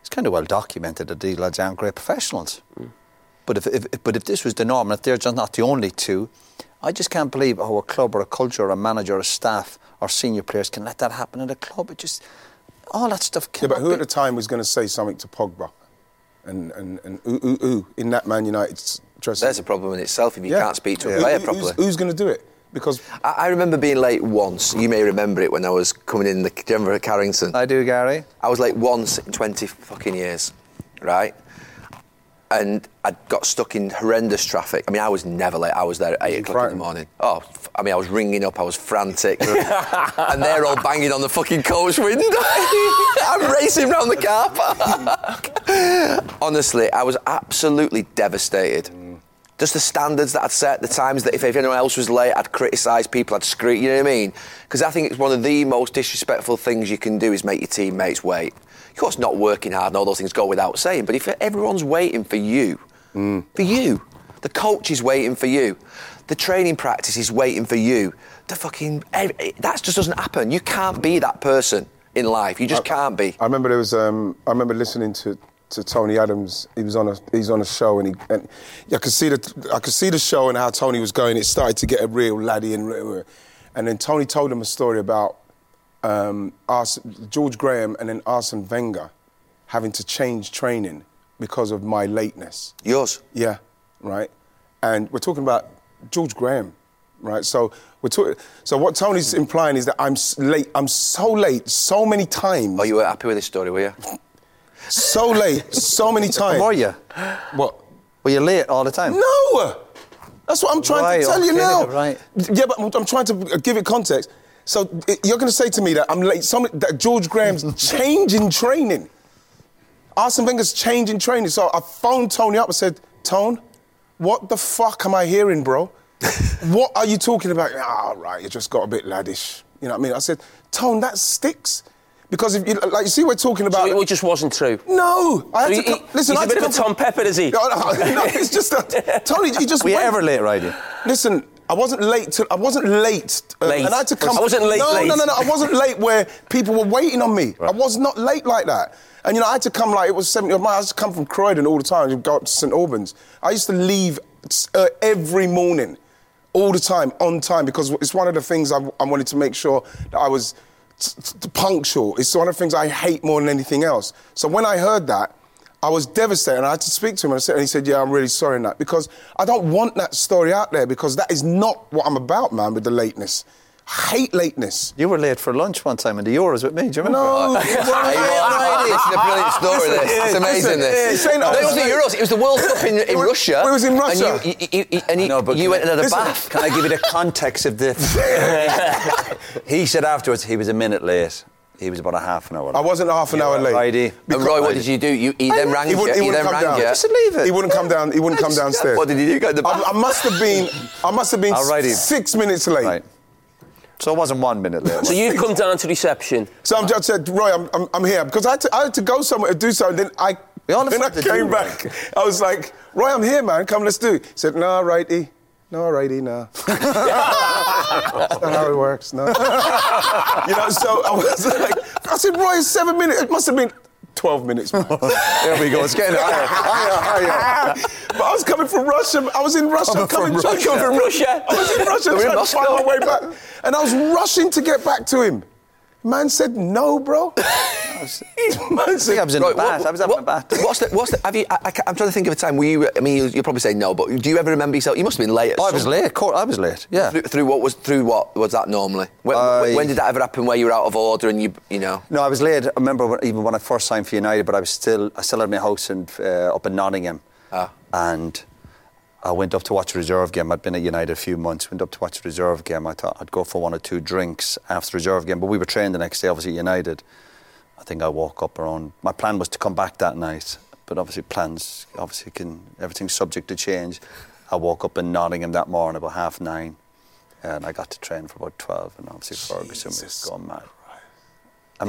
D: It's kind of well documented that these lads aren't great professionals.
F: Mm.
D: But if, if but if this was the norm, and if they're just not the only two, I just can't believe how a club or a culture or a manager or staff or senior players can let that happen at a club. It just all that stuff.
F: Yeah, but
D: cannot
F: who at
D: be-
F: the time was going to say something to Pogba, and and and ooh ooh ooh in that Man United s- dressing?
C: There's a
F: room?
C: problem in itself if you
F: Yeah.
C: can't speak to a
F: Who-
C: player
F: who's-
C: properly.
F: Who's, going to do it? Because
C: I, I remember being late once. You may remember it when I was coming in the Denver at Carrington.
D: I do, Gary.
C: I was late once in 20 fucking years, right? And I got stuck in horrendous traffic. I mean, I was never late. I was there at 8 o'clock in
F: frightened?
C: the morning. Oh, f- I mean, I was ringing up. I was frantic. and they're all banging on the fucking coach window. I'm racing round the car park. Honestly, I was absolutely devastated. Just the standards that I'd set, the times that if, if anyone else was late, I'd criticise people, I'd scream, you know what I mean? Because I think it's one of the most disrespectful things you can do is make your teammates wait. Of course, not working hard and all those things go without saying, but if everyone's waiting for you,
F: Mm.
C: for you, the coach is waiting for you, the training practice is waiting for you, the fucking. ev- That just doesn't happen. You can't be that person in life. You just can't be.
F: I remember there was. Um, I remember listening to, to Tony Adams. He was on a he's on a show, and he and I could see the I could see the show and how Tony was going. It started to get a real laddie, and and then Tony told him a story about um, Ars- George Graham and then Arsene Wenger having to change training because of my lateness.
C: Yours.
F: Yeah, right. And we're talking about George Graham, right? So we're talking. So what Tony's implying is that I'm s- late. I'm so late, so many times.
C: Oh, you weren't happy with this story, were you?
F: so late, so many times.
D: Who are you?
F: What?
D: Were you late all the time?
F: No. That's what I'm trying
D: Right,
F: to tell you
D: okay,
F: now.
D: right.
F: Yeah, but I'm, I'm trying to give it context. So i- you're going to say to me that I'm late. Some, that George Graham's changing training. Arsene Wenger's changing training. So I phoned Tony up and said, Tone, what the fuck am I hearing, bro? what are you talking about? Ah, right, you just got a bit laddish. You know what I mean? I said, Tone, that sticks. Because if you, like, you see, we're talking about.
E: So it, it just wasn't true.
F: No, I had
E: He-
F: to come,
E: he-
F: listen.
E: he's
F: I
E: a
F: had to
E: bit of a
F: come
E: Tom Pepper, is he?
F: No, no, no, it's just that Tony. You just
D: Were you
F: went-
D: ever late, Ridey?
F: Listen, I wasn't late. To, I wasn't late, uh,
E: Late.
F: and I had to come.
E: I wasn't late,
F: No,
E: late.
F: no, no, no. I wasn't late where people were waiting on me. I was not late like that. And you know, I had to come like it was 70 of mine. I used to come from Croydon all the time. and go up to St Albans. I used to leave uh, every morning, all the time, on time because it's one of the things I, I wanted to make sure that I was t- t- punctual. It's one of the things I hate more than anything else. So when I heard that, I was devastated. And I had to speak to him, and, I said, and he said, "Yeah, I'm really sorry, Nat, because I don't want that story out there because that is not what I'm about, man. With the lateness, I hate lateness.
D: You were late for lunch one time in the Euros with me. Do you remember?
F: No,
C: Hey, you are right. It's a brilliant story. This. It's amazing.
F: listen, yeah,
C: This.
F: he's saying that
C: No, it
F: I
C: was
F: was
C: the
F: like-
C: Euros. It was the World Cup in, in
F: It was-
C: Russia.
F: it was in Russia.
C: And you, you, you, and you,
H: No, but
C: you
H: can-
C: went and had a
F: listen.
C: bath.
H: Can I give you the context of this? he said afterwards he was a minute late. He was about a half an hour. late.
F: I wasn't half an
H: You
F: hour
H: were
F: late.
H: Friday.
C: And Roy, what did you do? You, he then rang
F: He
C: you.
F: wouldn't, he
C: He
F: wouldn't
C: then
F: come
C: rang
F: down.
C: you.
D: Just leave it.
F: He wouldn't come down. He wouldn't come downstairs.
C: What did he do? Go to the
F: I,
C: bath.
F: I must have been. I must have been
D: Alrighty.
F: six minutes late.
D: Right. So it wasn't one minute late.
E: So
D: was it?
E: you've come down to reception.
F: So I'm just said, Roy, I'm, I'm, I'm here because I had, to, I had to go somewhere to do something. Then I,
D: We all have
F: then I
D: something to
F: came
D: do,
F: back. I was like, Roy, I'm here, man. Come, let's do. it." He said, No, righty, no, righty, no. That's not how it works. No. you know, so I was like, I said, Roy, it's seven minutes. It must have been. 12 minutes, man.
D: There we go. It's getting higher, higher, higher.
F: but I was coming from Russia. I was in Russia. Coming,
D: from
F: trying-
E: Russia. From Russia.
F: I was in Russia
C: We're in
F: trying to
C: Moscow.
F: find my way back. And I was rushing to get back to him. Man said, no, bro.
D: was, I think I was in
C: Right,
D: the bath. I was having
C: what-
D: a bath.
C: What's the, what's the, have you, I, I, ca- I'm trying to think of a time where you, I mean, you'll, you'll probably say no, but do you ever remember yourself? You must have been late. at
D: Oh, I
C: some-
D: was late. of course, I was late. Yeah.
C: Through, through what was through what was that normally? When,
D: I-
C: when did that ever happen? Where you were out of order and you you know?
D: No, I was late. I remember when, even when I first signed for United, but I was still I still had my house in, uh, up in Nottingham,
C: Ah.
D: and I went up to watch a reserve game. I'd been at United a few months. Went up to watch a reserve game. I thought I'd go for one or two drinks after the reserve game, but we were training the next day, obviously at United. I think I woke up around. My plan was to come back that night, but obviously plans obviously can everything's subject to change. I woke up in Nottingham that morning about half nine, and I got to train for about twelve, and obviously Ferguson was going mad. And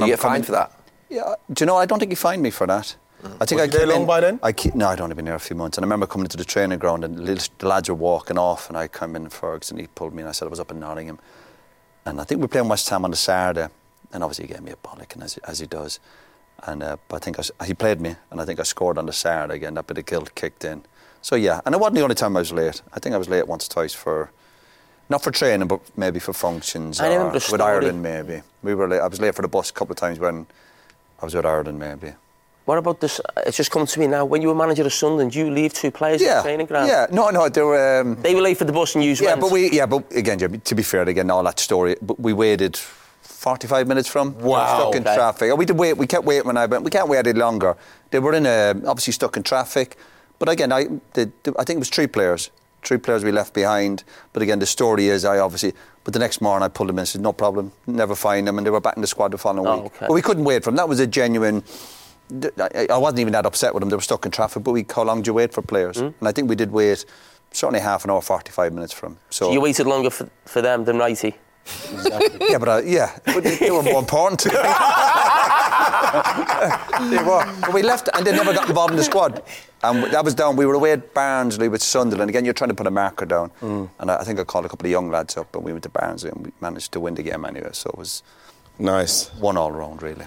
C: Did you
D: I'm
C: get
D: coming-
C: fined for that?
D: yeah, do you know? I don't think he fined me for that. I
F: Was
D: think I
F: you there
D: came
F: long
D: in-
F: by then?
D: I ke- no, I'd only been there a few months, and I remember coming to the training ground and lit- the lads were walking off, and I come in Ferguson, he pulled me, and I said I was up in Nottingham, and I think we were playing West Ham on the Saturday, and obviously he gave me a bollock, and as, as he does, and uh, but I think I s he played me, and I think I scored on the Saturday again. That bit of guilt kicked in. So yeah, and it wasn't the only time I was late. I think I was late once or twice for. Not for training, but maybe for functions.
E: I
D: or
E: remember a
D: with
E: story.
D: Ireland, maybe we were. Late. I was late for the bus a couple of times when I was with Ireland, maybe.
E: What about this? Uh, It's just come to me now. When you were manager of Sunderland, you leave two players at the training ground.
D: yeah. No, no, there were. Um,
E: They were late for the bus and you
D: yeah,
E: went.
D: but we. Yeah, but again, Jimmy, to be fair, again, all that story. But we waited. 45 minutes from
F: Wow.
D: stuck in
F: Okay.
D: traffic. We did wait. We kept waiting when I went. We can't wait any longer. They were in a obviously stuck in traffic. But again, I the, the- I think it was three players. Three players we left behind. But again, the story is I obviously. But the next morning I pulled them in. and Said no problem. Never find them, and they were back in the squad the following
E: Oh,
D: week.
E: okay.
D: But we couldn't wait for them. That was a genuine. I I wasn't even that upset with them. They were stuck in traffic, but we, how long do you wait for players? And I think we did wait certainly half an hour, 45 minutes from. So,
E: You waited longer for, for them than Righty.
D: yeah, but I, yeah, but they, they were more important. to me. they were. But we left, and they never got involved in the squad. And that was down. We were away at Barnsley with Sunderland. Again, you're trying to put a marker down. And I, I think I called a couple of young lads up, and we went to Barnsley, and we managed to win the game anyway. So it was
F: Nice.
D: one all round, really.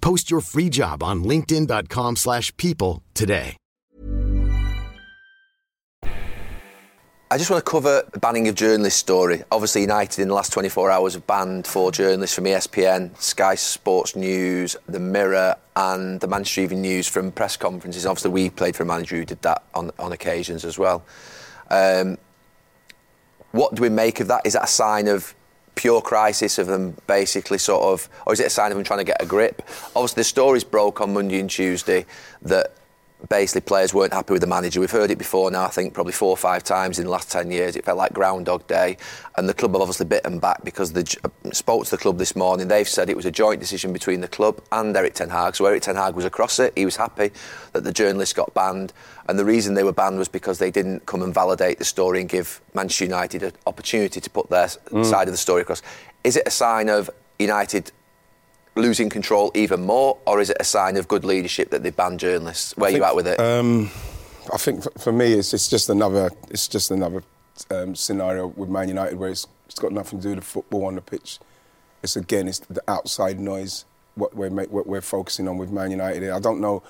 I: Post your free job on linkedin.com/people slash people today.
C: I just want to cover the banning of journalists story. Obviously, United in the last 24 hours have banned four journalists from E ESPN, Sky Sports News, The Mirror, and the Manchester Evening News from press conferences. Obviously, we played for a manager who did that on, on occasions as well. Um, what do we make of that? Is that a sign of pure crisis of them basically sort of, or is it a sign of them trying to get a grip? Obviously, the stories broke on Monday and Tuesday that basically players weren't happy with the manager. We've heard it before now, I think probably four or five times in the last 10 years. It felt like Groundhog Day. And the club have obviously bitten back because they j- uh, spoke to the club this morning. They've said it was a joint decision between the club and Eric Ten Hag. So Eric Ten Hag was across it. He was happy that the journalists got banned. And the reason they were banned was because they didn't come and validate the story and give Manchester United an opportunity to put their s side of the story across. Is it a sign of United losing control even more, or is it a sign of good leadership that they banned journalists? Where you at with it?
F: Um, I think f- for me, it's, it's just another it's just another um, scenario with Man United where it's, it's got nothing to do with football on the pitch. It's again, it's the outside noise what we're ma- what we're focusing on with Man United. I don't know,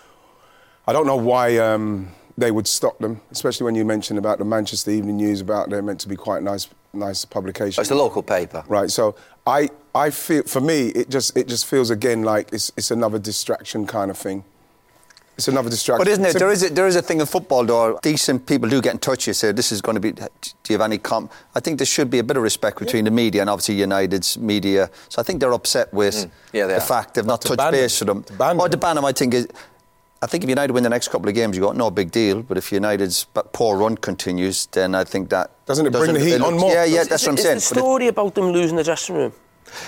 F: I don't know why um, they would stop them, especially when you mentioned about the Manchester Evening News about they're meant to be quite nice nice publication.
C: Oh, it's the local paper.
F: Right. So I I feel for me it just it just feels again like it's it's another distraction kind of thing. It's another distraction.
D: But isn't it?
F: So-
D: There is a, there is a thing in football, though. Decent people do get in touch. You say this is going to be. Do you have any comp? I think there should be a bit of respect between the media and obviously United's media. So I think they're upset with
C: Yeah, they
D: the
C: are.
D: fact they've not
C: to
D: touched
C: ban
D: base
C: them.
D: with them. or to ban them, I think is. I think if United win the next couple of games, you got no big deal. But if United's b- poor run continues, then I think that
F: Doesn't it bring the heat on more?
D: Yeah, yeah,
F: Is-
D: that's
F: is-
D: what I'm
F: is
D: saying.
F: the
D: But it-
E: story about them losing the dressing room.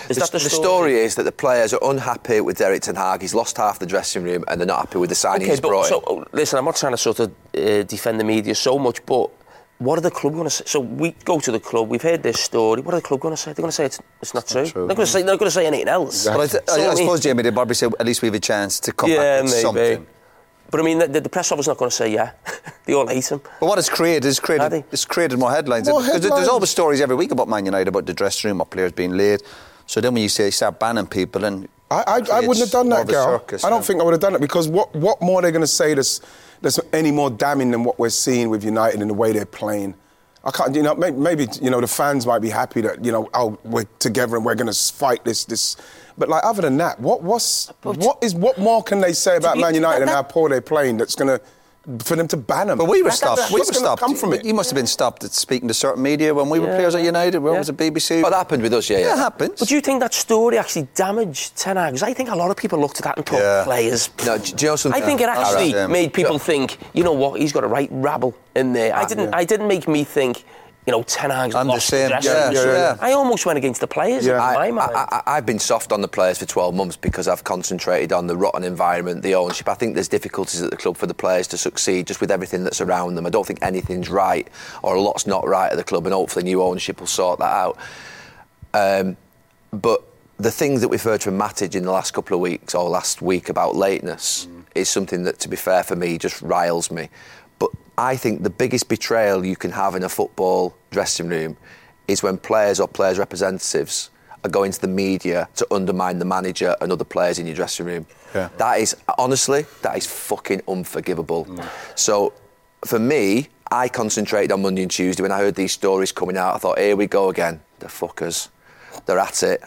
E: Is that the,
C: the story is that the players are unhappy with Derek Ten Hag. He's lost half the dressing room, and they're not happy with the signing
E: Okay,
C: he's
E: but
C: brought
E: so
C: in.
E: oh, listen, I'm not trying to sort of uh, defend the media so much, but what are the club going to say? So we go to the club, we've heard this story. What are the club going to say? They're going to say it's, it's not, true. They're going to say they're going to say anything else.
D: But I, th-
E: So,
D: I, I
E: mean-
D: suppose, Jamie, they probably say at least we have a chance to come
E: yeah,
D: back with
E: maybe.
D: something.
E: But I mean, the, the press officer's not going to say yeah. they all hate him.
D: But what it's created is created it's created more headlines.
E: More
D: 'Cause there-
E: headlines.
D: There's always stories every week about Man United about the dressing room or players being late. So then when you say start banning people and
F: I, I, I wouldn't have done that, Gal. I don't think I would have done it because what, what more are they going to say that's, that's any more damning than what we're seeing with United and the way they're playing? I can't, you know, maybe, maybe you know the fans might be happy that you know, oh, we're together and we're going to fight this, this. But like, other than that, what, what's, what is, what more can they say about
D: be-
F: Man United and
D: that-
F: how poor they're playing that's going to, for them to ban them?
D: But we were stopped. We were
F: What's going to
D: stopped.
F: come from it?
D: You must have been stopped at speaking to certain media when we were players at United. When was it BBC?
C: But that happened with us, yeah.
D: Yeah, it
C: yeah.
D: happens.
E: But do you think that story actually damaged Ten Hag? 'Cause I think a lot of people looked at that and thought
C: Yeah.
E: players.
C: No, do do you know something?
E: I think it
C: All right.
E: actually
C: Yeah. Ah,
E: made people think, you know what, he's got a right rabble in there. I didn't. I didn't make me think, you know, Ten Hag's
C: I'm the
E: lost
C: same.
E: dressing
C: Yeah,
E: room.
C: yeah, yeah.
E: I almost went against the players. in my
C: I,
E: mind.
C: I, I, I've been soft on the players for 12 months because I've concentrated on the rotten environment, the ownership. I think there's difficulties at the club for the players to succeed just with everything that's around them. I don't think anything's right or a lot's not right at the club, and hopefully, new ownership will sort that out. Um, but the things that we've heard from Matic in the last couple of weeks or last week about lateness is something that, to be fair for me, just riles me. But I think the biggest betrayal you can have in a football dressing room is when players or players' representatives are going to the media to undermine the manager and other players in your dressing room.
H: Yeah.
C: That is, honestly, that is fucking unforgivable. So for me, I concentrated on Monday and Tuesday. When I heard these stories coming out, I thought, here we go again. The fuckers. They're at it.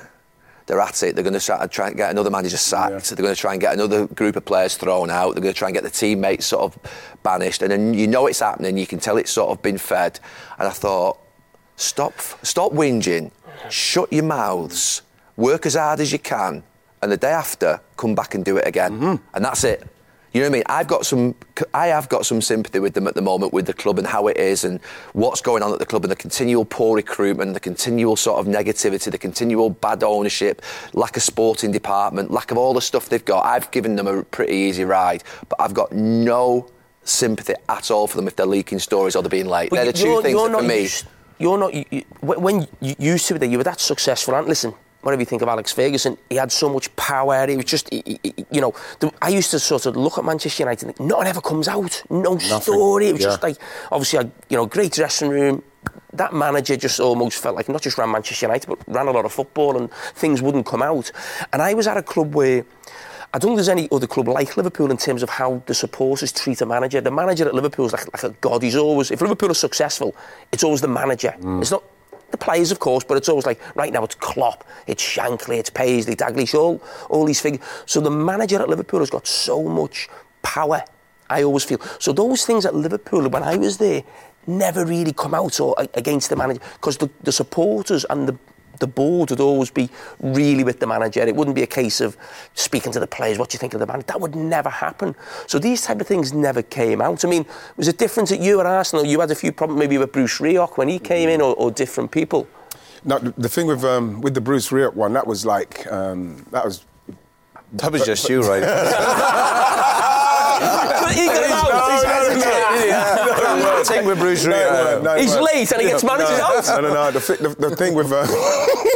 C: They're at it. They're going to try, try and get another manager sacked. They're going to try and get another group of players thrown out. They're going to try and get the teammates sort of banished. And then you know it's happening. You can tell it's sort of been fed. And I thought, stop, stop whinging. Shut your mouths. Work as hard as you can. And the day after, come back and do it again.
E: Mm-hmm.
C: And that's it. You know what I mean? I've got some, I have got some sympathy with them at the moment with the club and how it is and what's going on at the club and the continual poor recruitment, the continual sort of negativity, the continual bad ownership, lack of sporting department, lack of all the stuff they've got. I've given them a pretty easy ride, but I've got no sympathy at all for them if they're leaking stories or they're being late.
E: But
C: They're the 2 things that
E: not
C: for me.
E: used- you're not. You, you- when- when you used to it, you were that successful. And listen, whatever you think of Alex Ferguson, he had so much power. He was just, he- he- he- you know, the, I used to sort of look at Manchester United and think, nothing ever comes out. No story. It was
J: yeah.
E: just like, obviously, I, you know, great dressing room. That manager just almost felt like not just ran Manchester United, but ran a lot of football and things wouldn't come out. And I was at a club where. I don't think there's any other club like Liverpool in terms of how the supporters treat a manager. The manager at Liverpool is like, like a god. He's always, if Liverpool are successful, it's always the manager. It's not the players, of course, but it's always like right now it's Klopp, it's Shankly, it's Paisley, Daglish, all all these figures. So the manager at Liverpool has got so much power. I always feel so. Those things at Liverpool when I was there never really come out or a- against the manager because the, the supporters and the the board would always be really with the manager. It wouldn't be a case of speaking to the players, what do you think of the manager? That would never happen. So these type of things never came out. I mean, was it different at you at Arsenal? You had a few problems maybe with Bruce Rioch when he came in or, or different people.
F: No, the the thing with um, with the Bruce Rioch one, that was like um, that was.
D: That was just you, right?
E: he got out. He's hesitant.
D: The thing with Bruce uh, Rioch-
E: He's late and he gets managers
F: no,
E: out.
F: No, no, no. The, thi- the, the thing with um,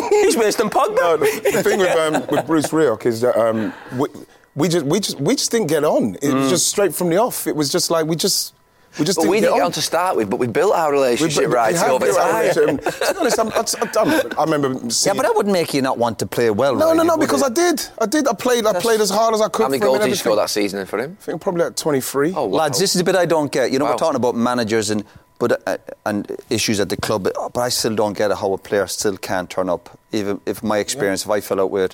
E: he's worse than Pogba.
F: No, the, the thing with um, with Bruce Rioch is that um, we, we just we just we just didn't get on. It was just straight from the off. It was just like we just we just
C: But
F: didn't
C: we
F: get
C: didn't
F: on.
C: get on to start with, but we built our relationship
F: built- we
C: right
F: have
C: over
F: built our
C: time.
F: relationship. To be honest, I'm, I'm, I'm, I remember
D: Yeah,
F: seeing.
D: but that would make you not want to play well.
F: no,
D: right?
F: no, no,
D: Would
F: because
D: it?
F: I did. I did. I played. I played as hard as I could.
C: How many
F: for him
C: goals
F: and
C: did you score
F: everything.
C: that season in for him?
F: I think probably at 23.
C: Oh, wow.
D: Lads, this is the bit I don't get. You know,
C: Wow.
D: we're talking about managers and but uh, and issues at the club, but, but I still don't get how a player still can't turn up. Even if my experience, if I fell out with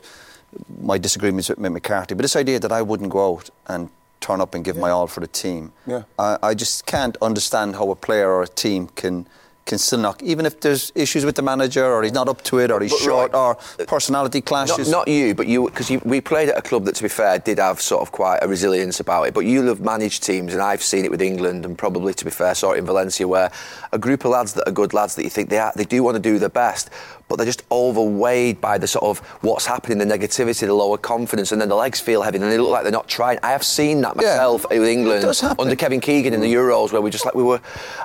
D: my disagreements with Mick McCarthy, but this idea that I wouldn't go out and turn up and give my all for the team.
F: Yeah.
D: I, I just can't understand how a player or a team can can still knock, even if there's issues with the manager or he's not up to it or he's
C: But,
D: short or personality
C: Not,
D: clashes.
C: not you, but you, because you, we played at a club that, to be fair, did have sort of quite a resilience about it. But you'll have managed teams, and I've seen it with England, and probably, to be fair, saw it in Valencia, where a group of lads that are good lads that you think they are, they do want to do their best, but they're just overweighed by the sort of what's happening, the negativity, the lower confidence, and then the legs feel heavy, and they look like they're not trying. I have seen that myself with England under Kevin Keegan in the
F: Mm.
C: Euros, where we just like we were,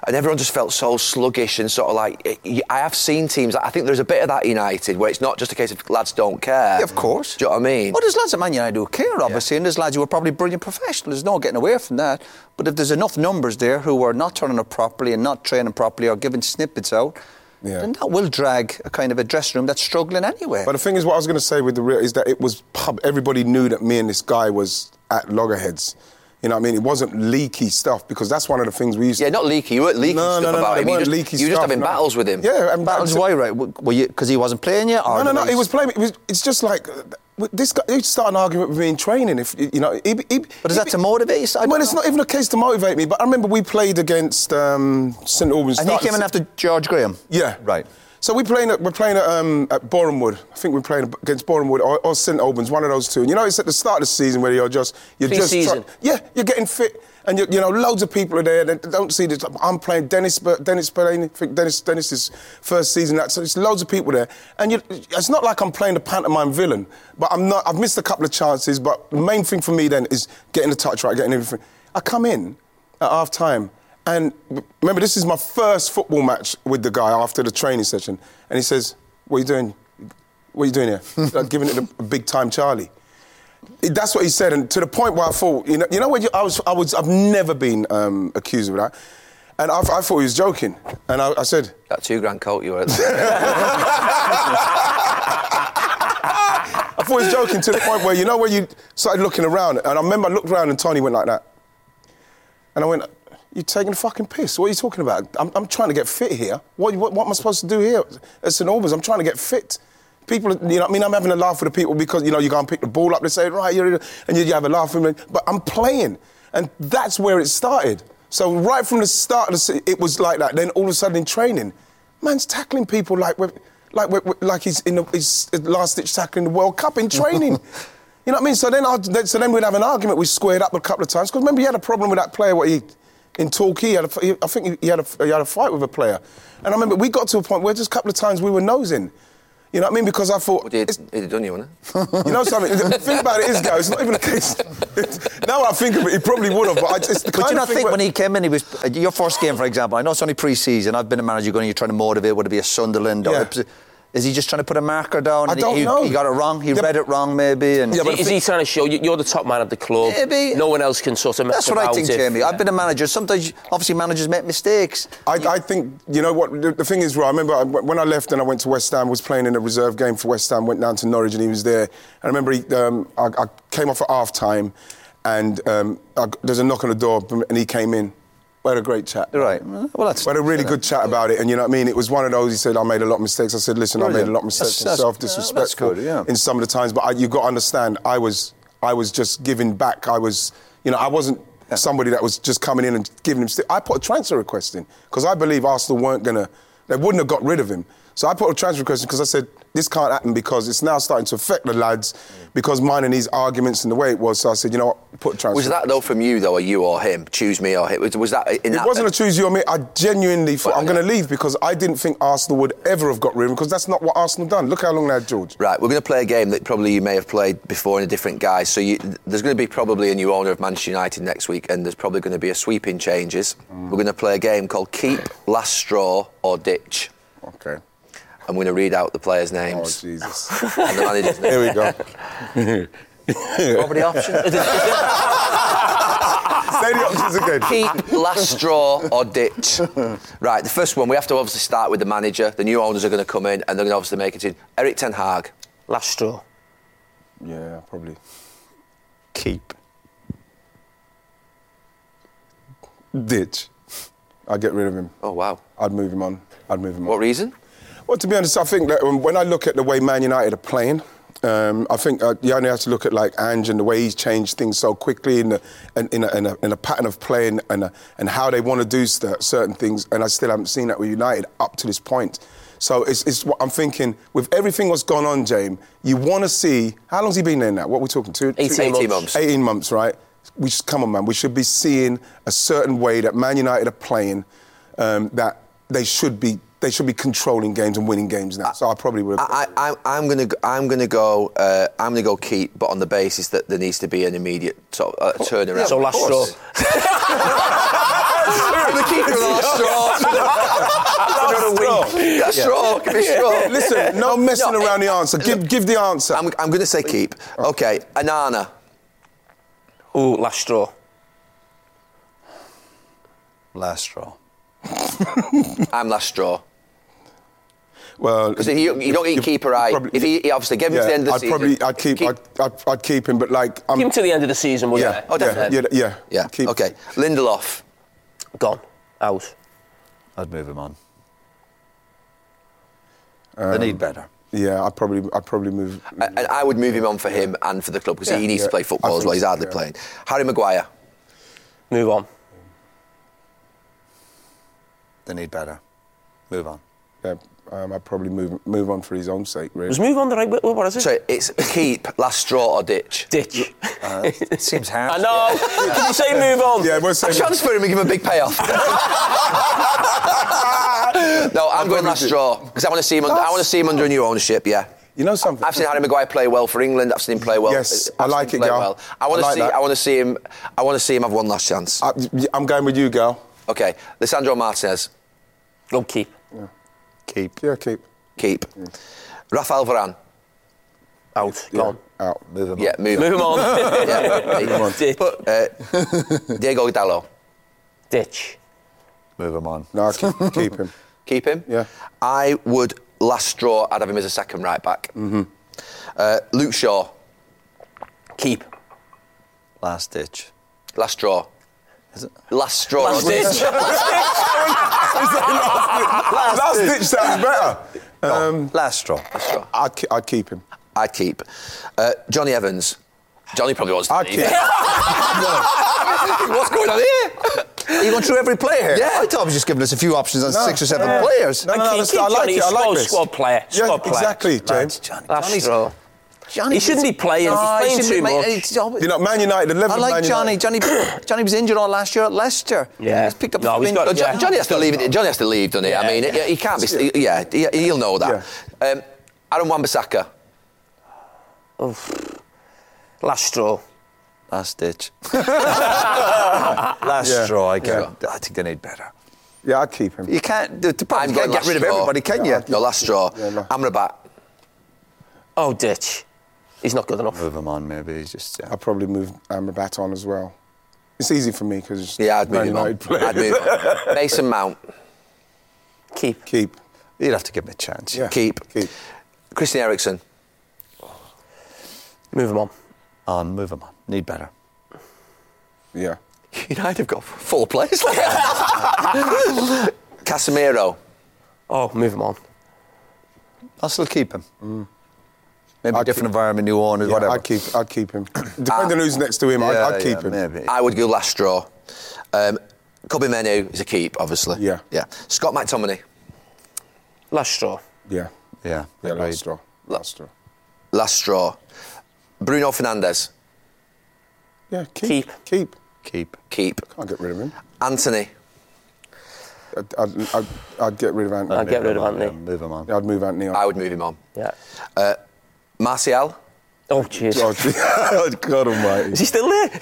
C: and everyone just felt so sluggish and sort of like y- I have seen teams. I think there's a bit of that United where it's not just a case of lads don't care.
D: Yeah, of course.
C: Do you know what I mean?
D: Well, there's lads at Man United who care, obviously, and there's lads who are probably brilliant professionals. There's no getting away from that. But if there's enough numbers there who are not turning up properly and not training properly or giving snippets out, then that will drag a kind of a dressing room that's struggling anyway.
F: But the thing is, what I was going to say with the real is that it was pub. Everybody knew that me and this guy was at loggerheads. You know what I mean? It wasn't leaky stuff because that's one of the things we used.
C: Yeah, not leaky. You weren't leaky
F: no,
C: stuff
F: no, no,
C: about
F: no,
C: him.
F: It
C: You
F: weren't
C: just,
F: leaky
C: you were just
F: stuff,
C: having
F: no.
C: battles with him.
F: Yeah, and
D: Battles why, right? Because he wasn't playing you? Or
F: No, no, no. He
D: was-
F: was playing. It was, it's just like uh, with this guy. He'd start an argument with me in training. If you know, he, he,
D: But is
F: he-
D: that to motivate you? I don't
F: Well, it's
D: know.
F: not even a case to motivate me. But I remember we played against um, St Albans.
D: And he
F: started-
D: came in after George Graham.
F: Yeah.
D: Right.
F: So we playing at, we're playing at, um, at Borehamwood. I think we're playing against Borehamwood or, or St Albans, one of those two. And you know, it's at the start of the season where you're just you're just
E: Pre-season.
F: yeah, you're getting fit, and you you know, loads of people are there. They don't see this. I'm playing Dennis, but Dennis Spillane. I think Dennis Dennis's first season. That so it's loads of people there, and you, it's not like I'm playing the pantomime villain, but I'm not. I've missed a couple of chances, but the main thing for me then is getting the touch right, getting everything. I come in at half time. And remember, this is my first football match with the guy after the training session. And he says, What are you doing? What are you doing here? like giving it a, a big time Charlie. It- That's what he said. And to the point where I thought, you know, you know when you, I, was, I was, I've never been um, accused of that. And I, I thought he was joking. And I, I said,
C: That two grand coat you were.
F: I thought he was joking to the point where, you know, when you started looking around. And I remember I looked around and Tony went like that. And I went, You're taking a fucking piss. What are you talking about? I'm, I'm trying to get fit here. What, what, what am I supposed to do here at St Albans? I'm trying to get fit. People, you know, what I mean, I'm having a laugh with the people because, you know, you go and pick the ball up, they say, right, you're, and you, you have a laugh with me. But I'm playing. And that's where it started. So right from the start, of the, se- it was like that. Then all of a sudden in training, man's tackling people like we're, like we're, we're- like he's in the, his last ditch tackling the World Cup in training. You know what I mean? So then, I'd, then, so then we'd have an argument. We squared up a couple of times because remember he had a problem with that player. What he in Torquay, he had a f he I think he, he had a f- he had a fight with a player, and I remember we got to a point where just a couple of times we were nosing. You know what I mean? Because I
D: Oh,
F: thought,
C: It'd,
F: it's-
C: it'd done you, wouldn't it?
F: you know something. the thing about it is, guys, it's not even a case. now I think of it, he probably would have, but I, it's the kind
D: But do you
F: of
D: not
F: thing
D: think
F: where-
D: when he came in, he was uh, your first game, for example? I know it's only pre-season. I've been a manager going, you're trying to motivate, whether it be a Sunderland or
F: Yeah.
D: is he just trying to put a marker down?
F: I
D: and
F: don't
D: he,
F: know.
D: He got it wrong. He
F: Yeah,
D: read it wrong, maybe. And
F: Yeah, but
E: is he trying to show you, you're the top man of the club?
D: Maybe.
E: No one else can sort of mess
D: that's what I
E: about
D: think,
E: it.
D: Jamie. I've been a manager. Sometimes, obviously, managers make mistakes.
F: I, I think you know what the, the thing is. Right, I remember I- when I left and I went to West Ham. Was playing in a reserve game for West Ham. Went down to Norwich and he was there. And I remember he, um, I, I came off at half time, and um, I, there's a knock on the door and he came in. We had a great chat.
D: Right. Well, that's. uh,
F: We had a really good chat about it, and you know what I mean. It was one of those. He said, "I made a lot of mistakes." I said, "Listen, I
D: Brilliant.
F: made a lot of mistakes,
D: Oh, That's- that's-
F: self
D: yeah, that's
F: disrespectful
D: good, yeah.
F: in some of the times." But I, you got to understand, I was, I was just giving back. I was, you know, I wasn't somebody that was just coming in and giving him. St- I put a transfer request in because I believe Arsenal weren't gonna, they wouldn't have got rid of him. So I put a transfer request because I said this can't happen because it's now starting to affect the lads because mine and these arguments and the way it was. So I said, you know what, put a transfer.
C: Was that though from you though, or you or him? Choose me or him? Was, was that in
F: It
C: that?
F: wasn't a choose you or me. I genuinely thought
C: Well,
F: I'm going to leave because I didn't think Arsenal would ever have got rid of him because that's not what Arsenal done. Look how long they had George.
C: Right, we're going to play a game that probably you may have played before in a different guise. So you, there's going to be probably a new owner of Manchester United next week, and there's probably going to be a sweep in changes.
F: Mm.
C: We're going to play a game called Keep, Last Straw, or Ditch.
F: Okay.
C: I'm going to read out the players'
F: Oh
C: names
F: Jesus.
C: and the manager's name.
F: Here we go.
C: Property option.
F: Say the options again.
C: Keep, last straw, or ditch. Right, the first one, we have to obviously start with the manager. The new owners are going to come in and they're going to obviously make it in. Eric Ten Hag.
E: Last straw.
F: Yeah, probably.
D: Keep.
F: Ditch. I'd get rid of him.
C: Oh, wow.
F: I'd move him on. I'd move him on.
C: What reason?
F: Well, to be honest, I think that um, when I look at the way Man United are playing, Um, I think uh, you only have to look at like Ange and the way he's changed things so quickly in a, in, in, a, in, a, in a pattern of play and and, a, and how they want to do st- certain things. And I still haven't seen that with United up to this point. So it's, it's what I'm thinking with everything what's gone on, James. You want to see how long's he been there now? What are we talking? Two,
C: 18
F: two-
C: months.
F: 18 months, right? We just, come on, man. We should be seeing a certain way that Man United are playing um, that they should be. They should be controlling games and winning games now. so I probably would.
C: I, I, I'm going to I'm going to go uh, I'm going to go keep, but on the basis that there needs to be an immediate sort of,
F: Oh,
C: uh, turnaround.
E: so last straw.
C: the keeper last straw. Last straw. Last straw. Give me a straw.
F: Listen, no messing around the answer. Give, give the answer.
C: I'm, I'm going to say keep.
F: Oh.
C: Okay, Anana.
E: Ooh, last straw.
H: Last straw.
C: I'm last straw.
F: Well,
C: Because you, you don't
F: you-
C: get keeper, right?
F: probably-
C: if he, he obviously gave him to the end of the
F: I'd
C: season.
F: probably, I'd keep, I'd, I'd, I'd keep him, but like, I'm,
E: Give him to the end of the season, will
F: yeah,
E: you?
C: Oh,
F: yeah,
C: definitely.
F: yeah, yeah,
C: yeah.
F: keep-
C: Okay, Lindelof.
E: Gone. Out.
H: I'd move him on. they
D: Um,
H: need better.
F: yeah. I'd probably, I'd probably move.
C: And and I would move him on for him and for the club because he needs to
F: Yeah.
C: play
F: I
C: football as
F: think
C: well. He's
F: so,
C: hardly
F: yeah.
C: playing. Harry Maguire.
E: Move on.
H: They need better. Move on.
F: Yeah, um, I'd probably move, move on for his own sake, really.
E: Was move on the right? What, what is it?
C: So it's keep, last straw or ditch.
E: Ditch.
H: Uh, it seems hard.
E: I know. Did you say move on?
F: Yeah, we're
C: I
F: saying.
C: transfer him and give him a big payoff. no, I'm going last straw because I want to see him. Under, I want to see him under a new ownership. Yeah.
F: You know something?
C: I've seen Harry Maguire play well for England. I've seen him play well.
F: Yes,
C: I've
F: I
C: seen
F: like
C: him
F: it,
C: play
F: Gal.
C: Well. I want
F: I
C: to
F: like
C: see.
F: that.
C: I want to see him. I want to see him have one last chance.
F: I, am going with you, Gal.
C: okay, Lissandro Martinez,
E: Go keep.
H: Keep.
F: Yeah, keep.
C: keep. Rafael Varane.
E: Out. Gone.
F: Out.
H: Move him
C: Yeah,
H: on.
C: move.
E: Move him on.
C: yeah,
E: Ditch.
C: uh, Diego Dallo,
E: Ditch.
H: Move him on.
F: No, I'd keep, keep him.
C: keep him.
F: Yeah.
C: I would last straw. I'd have him as a second right back. Mm-hmm. Uh, Luke Shaw,
E: Keep.
H: Last ditch.
C: last straw. Last straw.
E: Last ditch.
F: Last ditch, sounds better.
H: Gone. last straw.
F: I'd, ke- I'd keep him.
C: I'd keep. Uh, Johnny Evans. Johnny probably wants to
F: I'd
C: leave.
F: keep.
C: What's going on here?
H: Are you going through every player?
C: Yeah.
H: I thought I was just giving us a few options on
F: No.
H: six or seven
F: Yeah.
H: players.
F: No, no, no,
E: keep-
F: that's-
E: keep
F: I like
E: Johnny
F: it. I like
E: Smalls,
F: this.
E: squad player,
F: Yeah,
E: squad player.
F: exactly,
H: Lads,
F: James.
H: Johnny.
E: Last
H: Johnny's-
E: straw.
H: Johnny
E: He shouldn't be playing. He's
H: No, he
E: playing
H: shouldn't
E: too
H: be-
E: much.
H: it's always-
F: You know, Man United, the level
H: I
F: of
H: like Johnny.
F: Man United.
H: Johnny. Johnny was injured all last year at Leicester.
E: Yeah.
H: He's picked up.
E: No, he's
H: fifteen-
E: got-
C: No, Oh, Jo-
E: Yeah.
C: Johnny has to leave. Johnny has to leave, doesn't he? I mean, he can't be. Yeah, he, he'll know that. Um, Aaron Wan-Bissaka.
E: Last straw.
H: Last ditch. last
F: Yeah.
H: straw. I, can, I think they need better.
F: Yeah, I'd keep him.
H: You can't. The, the problem
C: I'm
H: is you can't
C: going
H: get rid of
C: last straw.
H: everybody, can you?
C: No, last straw.
F: Yeah, no.
C: Amrabat.
E: Oh, ditch. He's not good enough.
H: Move him on, maybe. He's just. Yeah.
F: I'd probably move Amrabat on as well. It's easy for me because
C: Yeah, I'd move
F: Man
C: him on.
F: United player.
C: I'd move on. Mason Mount.
E: Keep.
F: Keep.
H: You'd have to give him a chance.
F: Yeah.
C: Keep.
F: Keep.
C: Christian Eriksen.
E: Move him on.
H: On, move him on. Need better.
F: Yeah.
C: United have got four players. Casemiro.
E: Oh, move him on.
H: I'll still keep him. Maybe
F: I'd
H: a different
F: keep-
H: environment, new owners,
F: Yeah,
H: whatever.
F: I'd keep. I'd keep him. Depending on who's next to him, I'd,
H: Yeah,
F: I'd keep
H: yeah,
F: him.
H: Maybe.
C: I would go last straw. Um, Cubby Menu is a keep, obviously.
F: Yeah.
C: Yeah. Scott McTominay.
E: Last straw.
F: Yeah.
H: Yeah.
F: Yeah.
H: agreed.
F: Last straw. Last straw.
C: Last straw. Bruno Fernandez.
F: Yeah. Keep.
E: Keep.
F: Keep.
H: Keep.
C: Keep.
F: Can't get rid of him.
C: Anthony.
F: I'd, I'd, I'd, I'd get rid of Anthony.
E: I'd get rid of
H: Move him on,
E: Anthony.
H: yeah, Move him on.
F: Yeah, I'd move Anthony. On.
C: I would move him on.
E: Yeah.
C: Uh, Martial.
E: Oh, jeez.
F: God, oh, God
E: Is
F: Almighty.
E: he still there?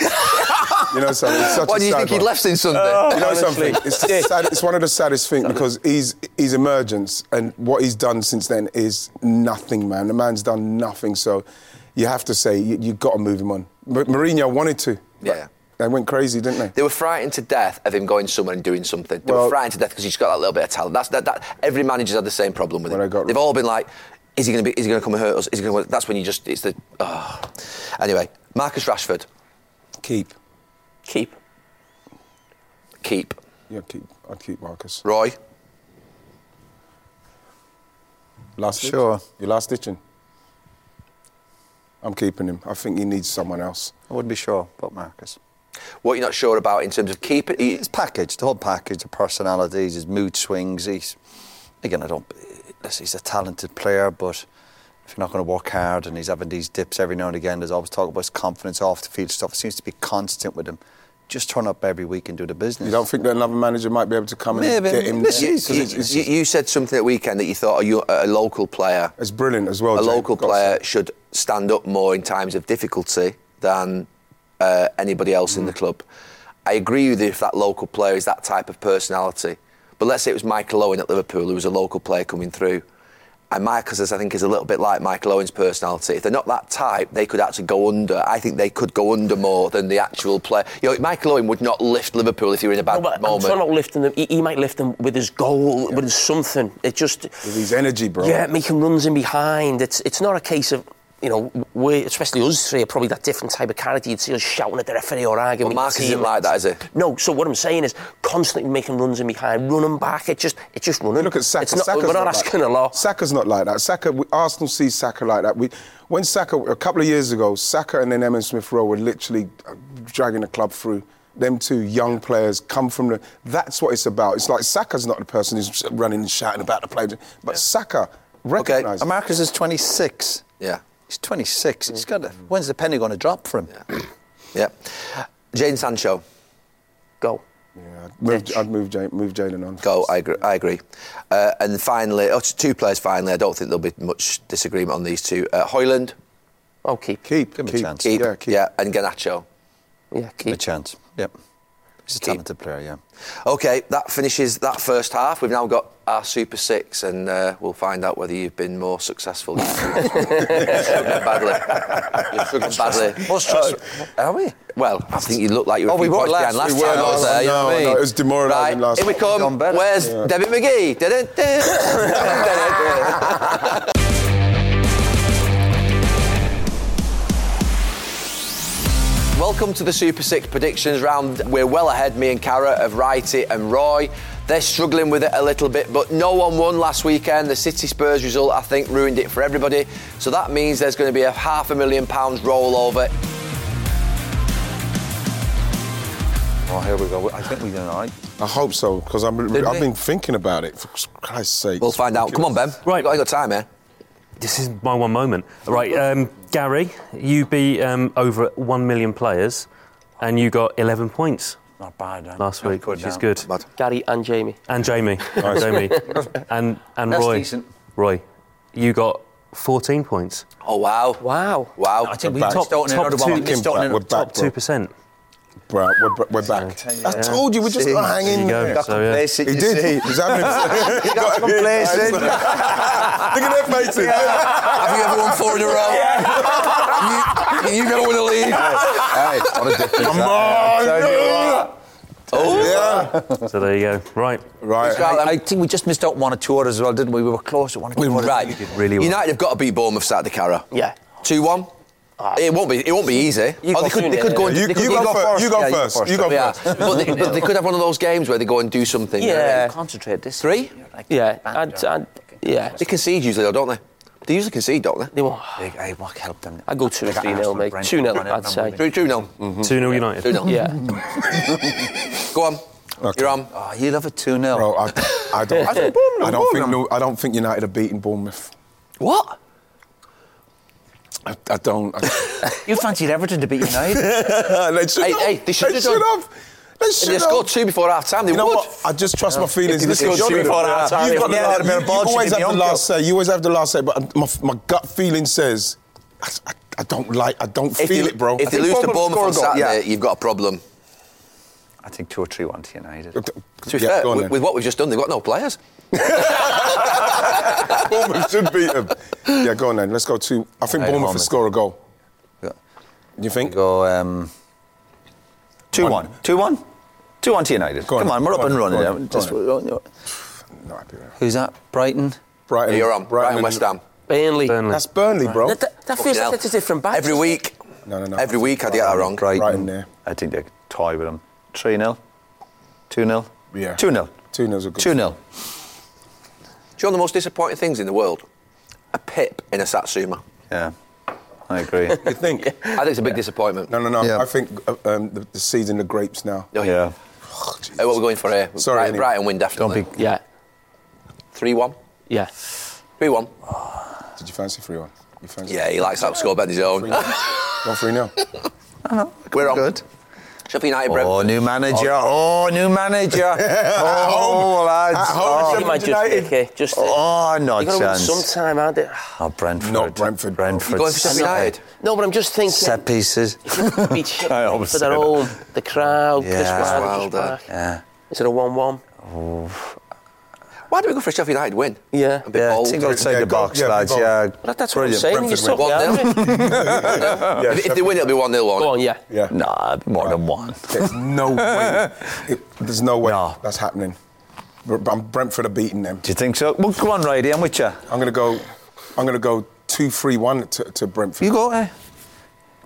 F: You know something. It's such
C: Why
F: a
C: do you
F: sad
C: think
F: one. Oh.
C: he'd left since Sunday?
F: You know
E: Honestly.
F: something? It's, the sad, it's one of the saddest things because he's he's emergence and what he's done since then is nothing, man. The man's done nothing. So you have to say you, you've got to move him on. But Mourinho wanted to. but
C: Yeah.
F: They went crazy, didn't they?
C: They were frightened to death of him going somewhere and doing something. They were
F: Well-
C: frightened to death because he's got that little bit of talent. That's that. that every manager's had the same problem with
F: Well,
C: him.
F: I got-
C: They've all been like, "Is he going to be? Is he going to come and hurt us? Is he going to?" That's when you just. It's the. Oh. Anyway, Marcus Rashford,
F: Keep.
E: Keep.
C: keep.
F: Yeah, keep. I'd keep Marcus.
C: Roy,
F: Last ditch?
H: Sure.
F: Your last ditching. I'm keeping him. I think he needs someone else.
D: I wouldn't be sure about Marcus.
C: What you're not sure about in terms of keeping?
D: His package, the whole package, of personalities, his mood swings. He's again, I don't. listen, He's a talented player, but if you're not going to work hard and he's having these dips every now and again, there's always talk about his confidence off the field stuff. It seems to be constant with him. Just turn up every week and do the business.
F: You don't think that another manager might be able to come and
D: Maybe.
F: get him?
D: Listen,
F: there?
C: You,
F: 'Cause it's- it's
C: you-
F: just-
C: you said something at weekend that you thought a, yo- a local player,
F: it's brilliant as well.
C: a
F: Jake.
C: local
F: Got-
C: player should stand up more in times of difficulty than uh, anybody else in the
E: Mm.
C: club. I agree with you if that local player is that type of personality. But let's say it was Michael Owen at Liverpool, who was a local player coming through. And Marcus, I think, is a little bit like Michael Owen's personality. If they're not that type, they could actually go under. I think they could go under more than the actual player. You know, Michael Owen would not lift Liverpool if he were in a bad
E: No, but I'm
C: moment.
E: talking about lifting them. He, he might lift them with his goal, with his something. It just
F: With his energy, bro.
E: yeah, making runs in behind. It's it's not a case of you know we especially us three are probably that different type of character. You'd see us shouting at the referee or
C: But
E: arguing. with your
C: Marcus isn't
E: teammates.
C: like that, is he?
E: No. So what I'm saying is constantly making runs in behind, running back. It just it's just running.
F: Look at Saka.
E: It's not,
F: Saka's
E: we're not,
F: like
E: asking
F: that.
E: a lot.
F: Saka's not like that. Saka, we, Arsenal sees Saka like that. We, when Saka, a couple of years ago, Saka and then Emma Smith Rowe were literally uh, dragging the club through. Them two young players come from the. That's what it's about. It's like Saka's not the person who's running and shouting about the play, but Saka recognises.
D: And Marcus is 26.
C: Yeah.
D: He's 26.
F: Mm.
D: He's got. A, when's the penny going to drop for him?
C: Yeah. Jane Sancho,
E: Go.
F: Yeah, I'd move, I'd move, Jay, move Jalen on.
C: go. I agree. I agree. Uh, and finally, oh, it's two players. Finally, I don't think there'll be much disagreement on these two. Uh, Hoyland,
E: Oh, keep.
F: Keep,
D: Give him a
F: keep,
D: chance.
C: keep,
F: Yeah, keep.
C: yeah, and Ganacho.
E: Yeah, keep.
D: A chance. Yep. He's a
C: Keep.
D: talented player. Yeah.
C: Okay, that finishes that first half. We've now got our Super Six, and uh, we'll find out whether you've been more successful. You've struggled badly. You've struggled badly. Uh,
D: Are we?
C: Well, I think you look like you were
D: Oh,
C: a few
D: we weren't
C: points behind
D: last-
C: last
D: we
C: time
D: weren't
C: I was
D: last-
C: there. you know
F: no,
C: what I mean?
F: no, it was demoralising
C: right,
F: last
C: Here we
F: time. Done
C: come.
D: better.
C: Where's
D: Yeah.
C: Debbie McGee? Dun-dun-dun. Welcome to the Super Six predictions round. We're well ahead, me and Cara, of Righty and Roy. They're struggling with it a little bit, but no one won last weekend. The City Spurs result, I think, ruined it for everybody. So that means there's going to be a half a million pounds rollover
D: Oh, here we go. I think we're doing all right.
F: I hope so because I've
C: Didn't we?
F: been thinking about it. For Christ's sake.
C: We'll find out. Come on, Ben.
J: Right.
C: We've got, I've got time here.
J: This is my one moment. Right, um, Gary, you beat um, over 1 million players and you got 11 points
H: Not bad, eh?
J: last week,
H: Good
J: which is
H: now.
J: good.
E: Gary and Jamie.
J: And Jamie. and Jamie. And, and
D: That's
J: Roy.
D: decent.
J: Roy, you got 14 points.
C: Oh, wow.
E: Wow.
C: Wow.
H: I think we
F: We're
H: top,
F: back.
H: starting
J: Top
H: another
J: two.
H: one. We're
F: Fucking
H: starting
F: back.
H: another
F: We're
H: top.
F: back.
J: Top
F: bro.
J: 2%.
F: Right, we're, we're back. I told you, we just got to hang
J: There you
F: in there.
J: go. Got So, yeah. complacent,
F: He
D: you
F: did.
D: see.
F: He was having
D: He got complacent.
F: Look at that faces.
C: Have you ever won four in a row? you, are going to win a league.
D: Hey, what a difference.
F: Come
D: that-
F: on. Oh, yeah.
J: So there you go. Right.
F: Right.
D: I, I think we just missed out one or two others as well, didn't we? We were close at one or two. others.
C: Right.
J: really well.
C: United have got to beat Bournemouth Saturday, Cara.
E: Yeah. Ah.
C: 2 1. It won't be. It won't be easy.
E: You
C: Oh, they
E: go
C: could.
E: soon,
C: They could
E: yeah.
C: go. and-
F: You-
C: they could
F: you go first. You go
C: Yeah,
F: first. You go
C: Yeah.
F: first.
C: But they, but they could have one of those games where they go and do something. you know what I mean?
E: Yeah.
H: Concentrate this.
C: Three?
E: Yeah. I'd, I'd, yeah.
C: They concede usually, though, don't they? They usually concede, don't they?
E: They won't.
H: Big, hey, what help them?
E: I'd go 2 or 3 nil, mate. 2 nil, I'd say.
C: Two, two nil.
J: 2 0
C: Two
J: United.
C: nil.
E: Yeah.
C: Mm. Go on.
F: Okay.
C: You're on.
H: Oh, you love a 2 0.
F: Bro, I, I don't,
E: I think
C: Bournemouth-
F: I don't think
C: Bournemouth.
F: no, I don't think United are beating Bournemouth.
C: What?
F: I, I don't. I,
H: You fancied Everton to beat United.
F: they should
C: Hey,
F: have.
C: hey, they should have done-
F: have. They should
C: They
F: have.
C: scored two before half time. They
F: You know
C: would.
F: what? I just trust my
C: If
F: feelings.
C: you
F: Listen,
C: scored
F: you're
C: two
F: the-
C: before half time,
F: you've got the
C: yeah,
F: last-
C: they'd have
F: you-
C: been
F: you
C: a
F: always
C: barge
F: have the
C: in the
F: last say. You always have the last say. But my, my gut feeling says, I, I, I don't like. I don't
C: If
F: feel
C: they-
F: it, bro.
C: If they lose to Bournemouth on Saturday, you've got a problem.
H: I think 2 or 3 1 to United.
F: uh,
C: To be fair, with, with what we've just done, they've got no players.
F: Bournemouth should beat them. Yeah, go on then. Let's go to. I think
H: Hey,
F: Bournemouth will
H: Bournemouth.
F: score a goal.
H: Yeah.
F: You
H: We
F: think?
H: go um, 2
F: One.
H: 1. 2 1? 2 1 to United.
F: Go on.
H: Come on, we're
F: Go
H: up
F: on.
H: and running.
F: Go
H: now.
F: on. Go
H: Just-
F: No, I'd be right.
H: Who's that? Brighton?
F: Brighton.
C: you're on. Brighton,
F: and-
C: West Ham.
E: Burnley.
J: Burnley.
F: That's Burnley, bro.
E: That, that, that
C: Fucking
E: feels like
C: hell.
E: that's a different batch.
C: Every week.
F: No, no, no.
C: Every week I get that wrong.
H: Brighton.
F: Brighton there.
H: I think they tie with them. 3 0. 2 0.
F: Yeah.
H: 2 0.
F: 2-0 is a good-
H: 2 0.
C: Do you know one of the most disappointing things in the world? A pip in a Satsuma.
H: Yeah.
D: I agree.
F: You think? I
C: think it's a big disappointment.
F: No, no, no.
C: Yeah.
F: I think uh, um, the, the seeds in the grapes now.
C: Oh, yeah. Uh, what we're going for here?
F: Sorry,
C: Brighton,
F: Annie.
C: Brighton win definitely.
F: Don't
E: yeah.
C: Three one.
E: Yeah.
C: Three one.
F: Did you fancy three one? You fancy?
C: Yeah, he likes that score better than his own.
F: One three now.
C: We're on. Good. Sheffield United.
D: Oh, new manager. Oh, new manager. oh, lads.
E: you might just pick it. Just uh,
D: oh, no
E: You've got
D: chance.
E: to win sometime, aren't it?
D: Oh, Brentford. Not Brentford. Brentford.
E: No, but I'm just thinking.
D: Set pieces.
E: Beat shit
D: I always
E: for their
D: say that.
E: own, the crowd, Chris
D: Yeah.
E: Wilder.
C: Wilder.
E: Just back. Is it a one-one?
C: Why do we go for a Sheffield United win? Yeah. A bit
D: Yeah,
C: bold.
D: think outside the box, lads. Yeah.
E: Oh, That- that's what I'm
D: Brilliant.
E: saying. You
D: Brentford
E: suck,
D: win.
C: One nil. if, if they win, it'll be one 0 won't
E: Go on, yeah.
F: Yeah.
D: Nah, more than one.
F: There's no way. It, there's no way that's happening. Br- Br- Brentford are beating them.
D: Do you think so? Well, come on, Righty, I'm with you.
F: I'm gonna go. I'm gonna go two three one to, to Brentford.
D: You go, eh?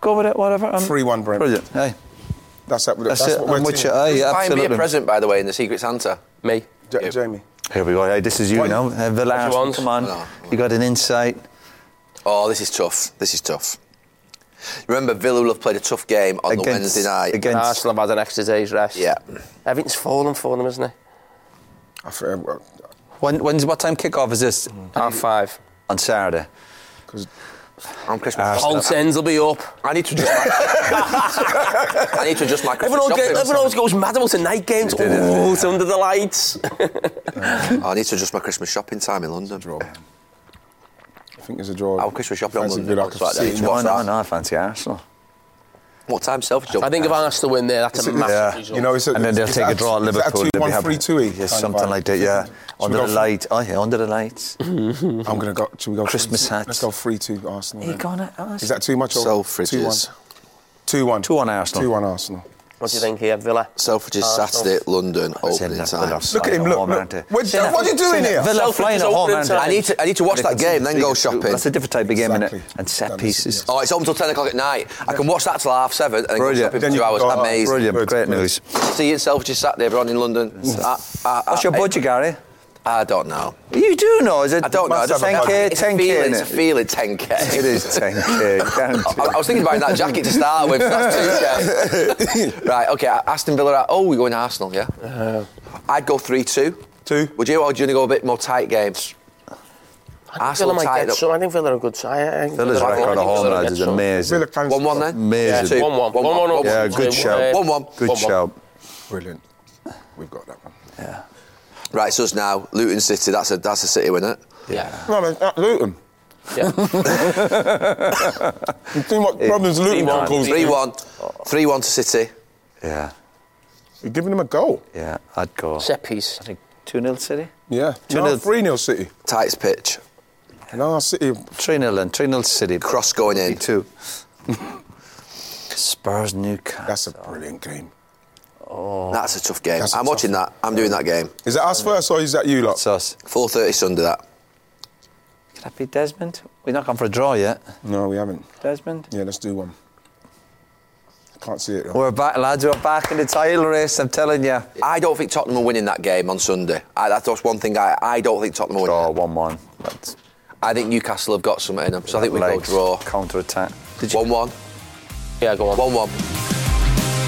D: Go with it, whatever. I'm-
F: Three one Brentford.
D: Brilliant. Hey.
F: That's that. That's,
D: That's it.
F: what we're
D: I'm with
F: team.
D: you. eh? Aye,
C: Buy me a
D: absolutely.
C: present, by the way, in the Secret Santa.
E: Me.
F: Ja- Jamie.
D: Here we go. Hey, this is you
C: What-
D: now. Uh, the last one.
C: want?
D: Come on.
C: No.
D: You got an insight.
C: Oh, this is tough. This is tough. Remember, Villa will have played a tough game on the
D: Against-
C: Wednesday night.
D: against-
E: Arsenal have had an extra day's rest.
C: Yeah.
E: Everything's fallen for them, isn't it?
F: I uh, feel-
D: When, when's what time kickoff is this?
E: Half five.
D: On Saturday.
C: On Christmas.
E: Whole tens will be up.
C: I need to adjust my. I need to adjust my Christmas
E: Everyone, always
C: shopping.
E: get- everyone always goes mad about the night games. Oh, it's under the lights.
C: I need to adjust my Christmas shopping time in London.
F: I think there's a draw.
C: Our Christmas Oh, shopping on
F: Fancy
C: London.
F: Villa, I can
C: That's
F: see
C: right, yeah.
F: it.
D: No,
C: What's
D: no,
C: that?
D: Oh, no, I fancy Arsenal.
C: What time self job?
E: I think if Arsenal win there, that's a massive
D: yeah.
E: result.
F: You know, it's a,
D: and then they'll
F: it's
D: take
F: that-
D: a draw at
F: it's that
D: Liverpool.
F: Two,
D: they'll be
F: one,
D: happy.
F: three, two, eight.
D: Yeah,
F: kind of
D: something
F: vibe.
D: like that, yeah.
F: Should we
D: Under
F: go
D: the
F: for-
D: light. Oh, yeah, under the lights.
F: I'm gonna go. Should we go?
D: Christmas
F: three,
D: hats.
F: Let's go three two Arsenal.
D: You
F: then.
D: gonna ask?
F: Is that too much? Or
C: Selfridges.
F: Two one. Two one.
D: 2-1 Arsenal.
F: Two one Arsenal.
E: What do you think here, Villa?
C: Selfridges
E: Arsenal.
C: Saturday, London opening
D: Villa-
C: time.
D: Villa
F: Look at him.
D: flying
F: Look.
D: home,
F: look.
D: aren't they?
F: What, what are you doing here?
D: Villa
E: Selfridges
D: flying at home,
E: opening
D: aren't they?
E: time.
C: I need to. I need to watch that game, then go shopping.
D: That's a different type of game, innit?
F: Exactly.
D: And set
F: Done,
D: pieces.
C: Oh, it's open till ten o'clock at night. I can watch that till half seven and then go
D: Brilliant.
C: shopping for
D: Then
F: you
C: two
F: can
C: hours.
F: go out.
C: Amazing.
D: Brilliant,
F: Good,
D: great
F: good.
D: news.
C: See you Selfridges Saturday, everyone in London. I, I,
D: What's your
C: I-
D: budget, Gary?
C: I don't know.
D: You do know, is it?
C: I don't know. I don't know.
D: 10k,
C: It's a
D: 10k.
C: feeling,
D: innit?
C: It's a feeling. 10k.
D: It is 10k.
C: I,
D: guaranteed.
C: I was thinking about that jacket to start with. That's 2k. right. Okay. Aston Villa. Oh, we're going to Arsenal. Yeah.
D: Uh,
C: I'd go three-two.
F: Two.
C: Would you? Or do you want to go a bit more tight games?
E: I think Villa
C: Arsenal
E: might
C: tied
E: get
C: up.
E: some. I think Villa are good. I, I think
D: Villa's
E: Villa- I
D: record at
E: think
D: home,
E: Villa will
D: lads,
E: get
D: is
E: some.
D: amazing.
F: Villa fans-
C: One-one then.
D: Amazing.
C: Two.
E: One-one.
C: One-one.
E: One-one up.
D: Yeah,
E: Two.
D: good shout.
C: One-one.
D: Good shout.
F: Brilliant. We've got that one.
C: Right, it's us now. Luton City, that's a that's a city winner.
E: Yeah.
F: No, no, at Luton.
E: yeah.
F: You've seen what problems Luton
E: Three-one.
F: caused.
C: Three one. Three one to City.
D: Yeah,
F: You're giving them a goal.
D: yeah, I'd go.
E: Set piece.
D: I think 2 0 City?
F: Yeah. No,
D: nil.
F: 3 0 City.
C: Tightest pitch.
F: No, City.
D: 3 0 and 3 0 City.
C: Cross going in.
D: 2. Spurs Newcastle.
F: That's a brilliant game.
C: That's a tough game.
F: That's a
C: I'm
F: tough
C: watching that. I'm doing that game.
F: Is that us first or is that you lot?
D: It's us.
C: 4.30 Sunday, that.
D: Could that be Desmond? We've not gone for a draw yet.
F: No, we haven't.
D: Desmond?
F: Yeah, let's do one. Can't see it. though.
D: We're back, lads. We're back in the title race, I'm telling you.
C: I don't think Tottenham are winning that game on Sunday. I, that's one thing I, I don't think Tottenham are winning.
D: Draw 1 1. That's
C: I think Newcastle have got something in them, so I think we
D: legs,
C: go draw.
D: Counter attack.
C: 1 1.
E: Yeah, go on.
C: 1 1.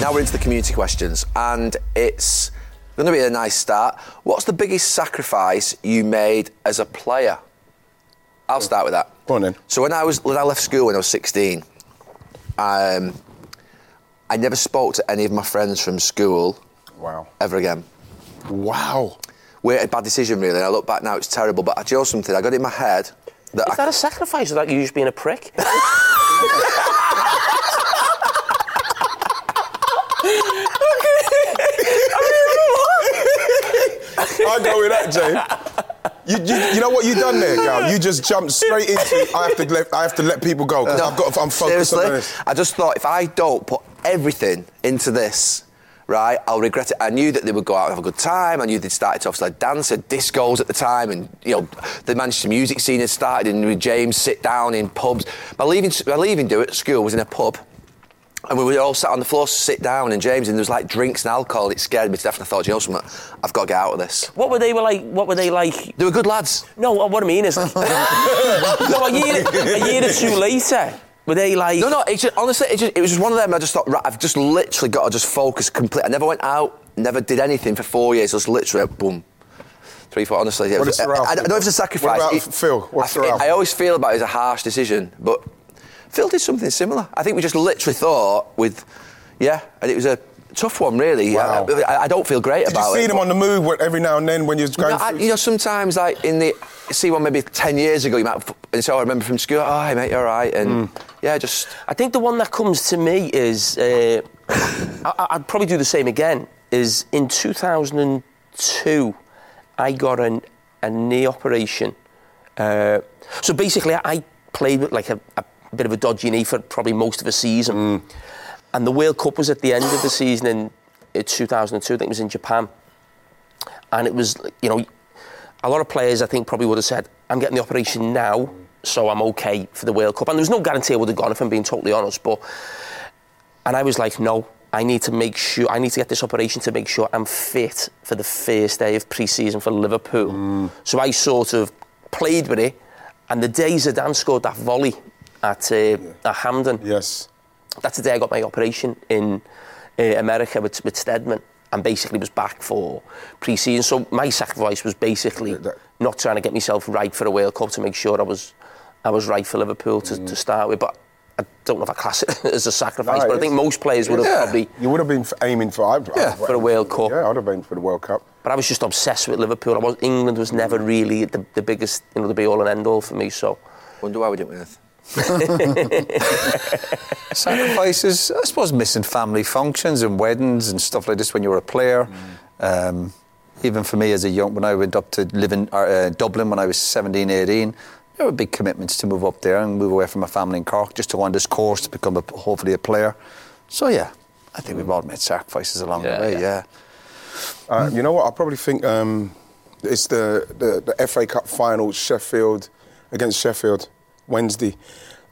C: Now we're into the community questions, and it's going to be a nice start. What's the biggest sacrifice you made as a player? I'll start with that.
F: Go on then.
C: So when I was when I left school when I was 16, um, I never spoke to any of my friends from school
F: Wow.
C: ever again.
F: Wow.
C: We're a bad decision, really. And I look back now, it's terrible. But I do you know something. I got it in my head that I
E: Is that a sacrifice or that you just being a prick?
F: I go with that, Jay. You, you, you know what you done there, Gal? You just jumped straight into. I have to let I have to let people go 'cause I've got. I'm focused
C: Seriously,
F: on this.
C: I just thought if I don't put everything into this, right, I'll regret it. I knew that they would go out and have a good time. I knew they'd started off like dance at discos at the time, and you know the Manchester music scene had started. And with James sit down in pubs. My leaving, my leaving do at school was in a pub. And we were all sat on the floor, sit down, and James, and there was like drinks and alcohol. It scared me to death, and I thought, you know something, I've got to get out of this.
E: What were they were like? What were they like?
C: They were good lads.
E: No, what- what I mean is, like, no, a year, a year or two later, were they like?
C: No, no. It's just, honestly, it, just, it was just one of them. I just thought, right, I've just literally got to just focus complete. I never went out, never did anything for four years. Just literally, boom, three, four. Honestly, it
F: What
C: was,
F: did Sir Ralph
C: I, I don't know if it's a
F: do? What
C: sacrifice.
F: about
C: It-
F: Phil? What's
C: I,
F: Sir Ralph
C: I
F: do?
C: always feel about it as a harsh decision, but Phil did something similar. I think we just literally thought with, yeah, and it was a tough one, really.
F: Wow.
C: I, I, I don't feel great
F: Did
C: about
F: you
C: it.
F: see them on the move when- every now and then when you're going
C: No, I,
F: through?
C: you know, sometimes like in the see one maybe ten years ago, you might. f- And so I remember from school, oh, hey, mate, you're all right, and
F: Hmm.
C: yeah, just
E: I think the one that comes to me is uh, I, I'd probably do the same again. Is in 2002, I got an, a knee operation. Uh, so basically, I- I played with like a, a bit of a dodgy knee for probably most of the season, and the World Cup was at the end of the season in uh, 2002. I think it was in Japan, and it was you know a lot of players, I think, probably would have said, I'm getting the operation now, so I'm okay for the World Cup. And there was no guarantee I would have gone, if I'm being totally honest. But And I was like, no, I need to make sure, I need to get this operation to make sure I'm fit for the first day of pre season for Liverpool. So I sort of played with it. And the day Zidane scored that volley at, uh, at Hampden,
F: yes.
E: that's the day I got my operation in uh, America with, with Stedman and basically was back for pre season. So my sacrifice was basically not trying to get myself right for a World Cup to make sure I was I was right for Liverpool to, to start with. But I don't know if I class it as a sacrifice,
F: No,
E: but I
F: it
E: think
F: is.
E: most players would have
F: Yeah.
E: probably.
F: You would have been f- aiming for. I'd,
E: Yeah,
F: I'd-
E: for the World Cup.
F: Yeah, I'd have aimed for the World Cup.
E: But I was just obsessed with Liverpool. I was, England was never really the, the biggest, you know, the be all and end all for me. So
C: wonder why we didn't win. it.
H: Sacrifices, I suppose, missing family functions and weddings and stuff like this when you were a player. Um, even for me as a young, when I went up to live in uh, uh, Dublin when I was 17, 18, there were big commitments to move up there and move away from my family in Cork just to go on this course to become a, hopefully a player. So yeah, I think we've all made sacrifices along
E: Yeah,
H: the way. Yeah.
E: yeah.
F: Uh, You know what? I probably think um, it's the, the, the FA Cup final, Sheffield against Sheffield, Wednesday.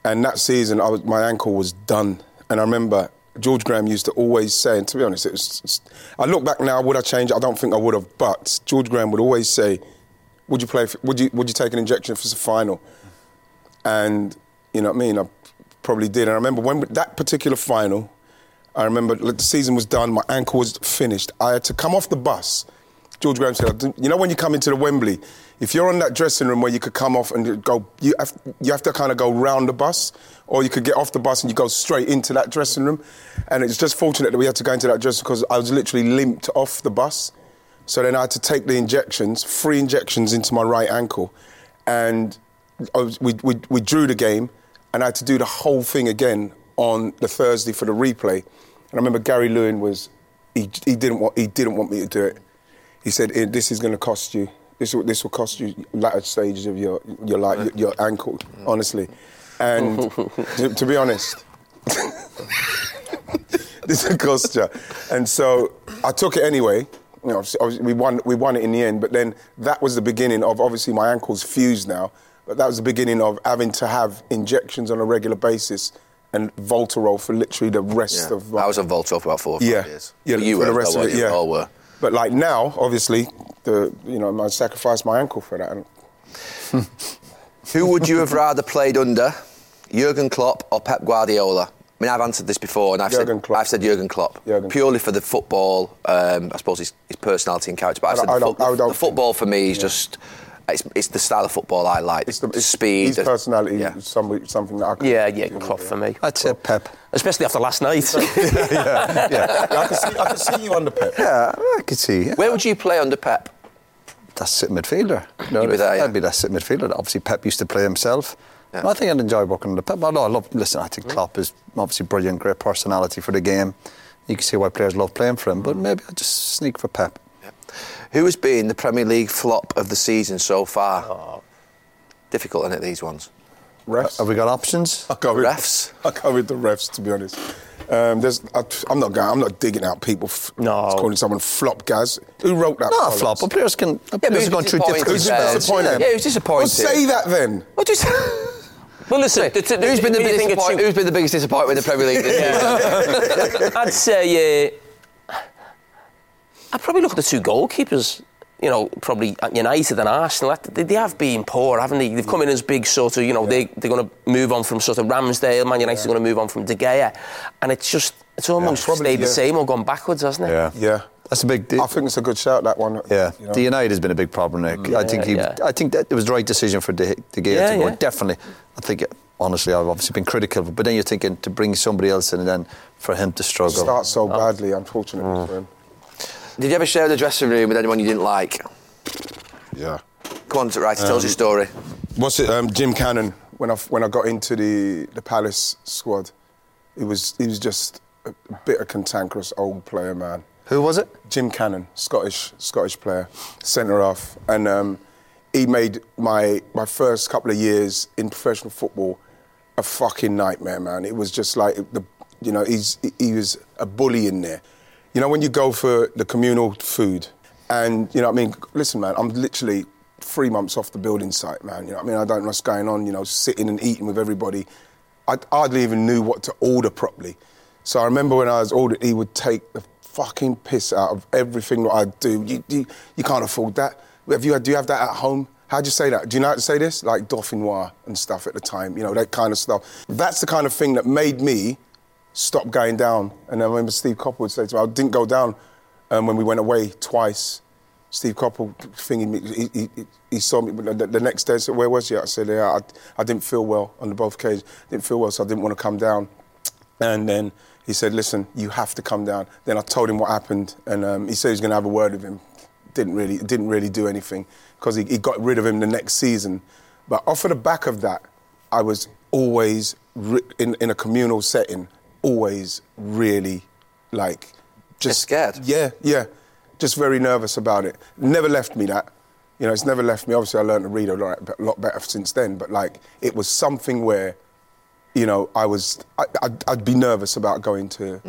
F: And that season, I was, my ankle was done. And I remember George Graham used to always say, and to be honest, it was, it's- I look back now, would I change? it? I don't think I would have. But George Graham would always say, would you play? For, would you would you take an injection if it's a final? and you know what I mean. I probably did. And I remember when that particular final, I remember like, the season was done. My ankle was finished. I had to come off the bus. George Graham said, I didn't- "You know when you come into the Wembley, if you're on that dressing room where you could come off and go, you have, you have to kind of go round the bus, or you could get off the bus and you go straight into that dressing room." And it's just fortunate that we had to go into that dressing because I was literally limped off the bus. So then I had to take the injections, three injections into my right ankle, and I was, we, we, we drew the game, and I had to do the whole thing again on the Thursday for the replay. And I remember Gary Lewin was, he, he didn't want he didn't want me to do it. He said, "Eh, "This is going to cost you. This will- this will cost you latter stages of your your life, your, your ankle, honestly." And to, to be honest, this is Costa. And so I took it anyway. You know, obviously- obviously we won. We won it in the end. But then that was the beginning of obviously my ankle's fused now. But that was the beginning of having to have injections on a regular basis and Voltarol for literally the rest
C: Yeah.
F: of. my-
C: I was on Volto for about four or five
F: yeah,
C: years.
F: yeah,
C: But you
F: for
C: were
F: the rest
C: though,
F: of
C: weren't
F: it.
C: you?
F: Yeah,
C: All were.
F: But like now, obviously, the you know, I sacrificed my ankle for that.
C: Who would you have rather played under, Jurgen Klopp or Pep Guardiola? I mean, I've answered this before, and I've
F: Jurgen
C: said
F: Klopp.
C: I've said Jurgen Klopp
F: Jurgen
C: purely for the football. Um, I suppose his, his personality and character, but I've
F: I
C: said the,
F: don't-
C: foot-
F: I don't
C: the football for me is just it's, it's the style of football I like. It's the, speed,
F: His
C: the-
F: personality,
C: Yeah.
F: is some, something that I can.
E: yeah, yeah, Klopp for me,
H: I'd say Pep.
E: especially after last night.
H: yeah, yeah.
F: I can see, I can see you under Pep.
H: Yeah, I could see.
C: Where would you play under Pep?
H: That's sit midfielder. No,
C: You'd be there, yeah.
H: I'd be that sit midfielder. Obviously, Pep used to play himself.
C: Yeah.
H: I think I'd enjoy working with Pep. I, know, I love. Listen, I think Klopp is obviously brilliant, great personality for the game. You can see why players love playing for him. But maybe I'd just sneak for Pep.
C: Who has been the Premier League flop of the season so far?
F: Oh.
C: Difficult, isn't it? These ones.
F: Refs.
H: Have we got options?
F: I go with
C: Refs?
F: I go with the refs, to be honest. Um, there's, I, I'm not going. I'm not digging out people. F-
E: No.
F: calling someone flop, guys. Who wrote that?
H: No,
F: column?
H: flop. But players can.
C: but
H: players
C: who's
H: are going through
C: disappointed
H: difficult
C: with Who's that?
H: spells.
C: disappointed? Yeah, he was disappointed.
F: Well, say that then.
C: What do you say?
E: Well, listen, the- the-
C: who's been the
E: who do
C: biggest
E: you think it's
C: disappoint-
E: you?
C: who's been the biggest disappointment in the Premier League this season?
E: I'd say uh, I'd probably look at the two goalkeepers. You know, probably at United and Arsenal. that- They, they have been poor, haven't they? They've come in as big sort of. You know, they they're going to move on from sort of Ramsdale. Man United are going to move on from De Gea, and it's just it's almost
F: probably,
E: stayed
F: yeah.
E: the same or gone backwards, hasn't it?
H: Yeah.
F: Yeah.
H: That's a big
F: I think it's a good shout, that one.
H: Yeah,
F: You know?
H: the United has been a big problem, Nick. I think he,
E: yeah.
H: I think that it was the right decision for De, De Gea
E: Yeah,
H: to go.
E: yeah.
H: Definitely, I think honestly, I've obviously been critical, but then you're thinking to bring somebody else in and then for him to struggle.
F: Start so badly, unfortunately, for him.
C: Did you ever share the dressing room with anyone you didn't like?
F: Yeah. Um,
C: Come on, right, tell us your story.
F: What's it? Um, Jim Cannon. When I when I got into the the Palace squad, he was he was just a bit of cantankerous old player, man.
H: Who was it?
F: Jim Cannon, Scottish Scottish player, centre half, and um, he made my my first couple of years in professional football a fucking nightmare, man. It was just like the you know he's he was a bully in there. You know when you go for the communal food, and you know what I mean. Listen, man, I'm literally three months off the building site, man. You know what I mean. I don't know what's going on. You know, sitting and eating with everybody. I hardly even knew what to order properly. So I remember when I was ordered, he would take the fucking piss out of everything that I do. You, you, you can't afford that. Have you, do you have that at home? How'd you say that? Do you know how to say this? Like Dauphinois and stuff at the time, you know, that kind of stuff. That's the kind of thing that made me stop going down. And I remember Steve Coppell would say to me, I didn't go down um, when we went away twice. Steve Coppell thinking he, he, he- he saw me the, the next day. Said, "Where was you?" I said, "Yeah, I, I didn't feel well on the both occasions. Didn't feel well, so I didn't want to come down." And then he said, "Listen, you have to come down." Then I told him what happened, and um, he said he's going to have a word with him. Didn't really, didn't really do anything because he, he got rid of him the next season. But off of the back of that, I was always re- in, in a communal setting, always really like just
C: scared?
F: Yeah, yeah, just very nervous about it. Never left me that. You know, it's never left me. Obviously, I learned to read a lot, a lot better since then. But like, it was something where you know, I was, I, I'd, I'd be nervous about going to,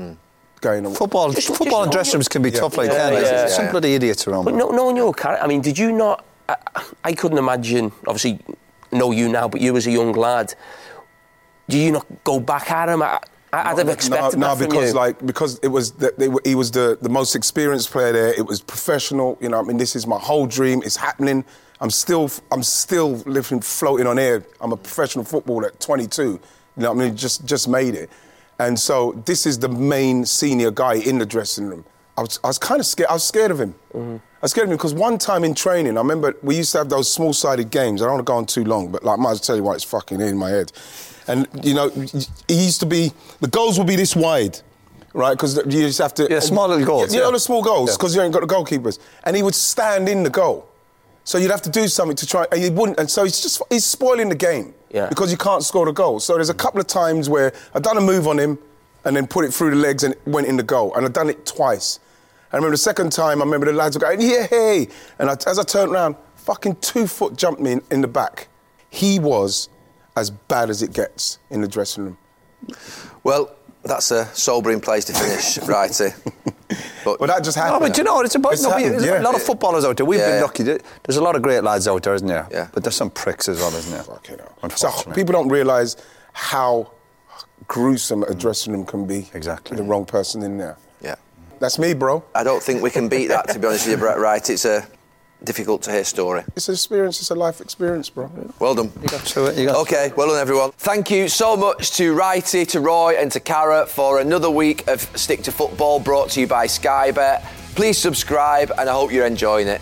F: going away.
H: Football, football and dressing rooms can be tough, like
E: Yeah,
H: that.
E: yeah,
H: Some
C: yeah.
H: bloody idiots around.
E: But no, knowing your character, I mean, did you not? I, I couldn't imagine. Obviously, know you now, but you as a young lad, do you not go back at him? I, I- I'd have expected
F: no, no,
E: that from
F: because
E: you.
F: like because it was that they were, he was the, the most experienced player there. It was professional. You know, I mean, this is my whole dream. It's happening. I'm still I'm still living floating on air. I'm a professional footballer at 22. You know, what I mean, just just made it. And so this is the main senior guy in the dressing room. I was, I was kind of scared. I was scared of him. I was scared of him because one time in training, I remember we used to have those small-sided games. I don't want to go on too long, but like, I might as well tell you why it's fucking in my head. And you know, he used to be the goals would be this wide, right? Because you just have to
H: Yeah, small little goals,
F: You
H: yeah.
F: know the small goals
H: Yeah.
F: because you ain't got the goalkeepers, and he would stand in the goal. So you'd have to do something to try, and he wouldn't. And so he's just he's spoiling the game
E: Yeah.
F: because you can't score the goal. So there's a couple of times where I done a move on him and then put it through the legs and it went in the goal, and I done it twice. I remember the second time, I remember the lads were going, yeah, hey. And I, as I turned around, fucking two foot jumped me in, in the back. He was as bad as it gets in the dressing room.
C: Well, that's a sobering place to finish, righty.
F: But that just
H: No,
F: happened.
H: but do you know what? It's about
F: It's
H: no, but
F: happened,
H: there's
F: yeah.
H: a lot of footballers out there. We've
C: Yeah.
H: been lucky. There- There's a lot of great lads out there, isn't there?
C: Yeah.
H: But there's some pricks as well, isn't there?
F: Fucking hell. So
H: Unfortunately.
F: people don't realise how gruesome a dressing room can be.
H: Exactly.
F: With the wrong person in there.
C: yeah.
F: That's me, bro.
C: I don't think we can beat that, to be honest with you, Brett Right? It's a difficult to hear story.
F: It's an experience. It's a life experience, bro.
C: Well done.
H: So, uh, you got-
C: Okay, well done, everyone. Thank you so much to Righty, to Roy, and to Cara for another week of Stick to Football brought to you by Sky Bet. Please subscribe, and I hope you're enjoying it.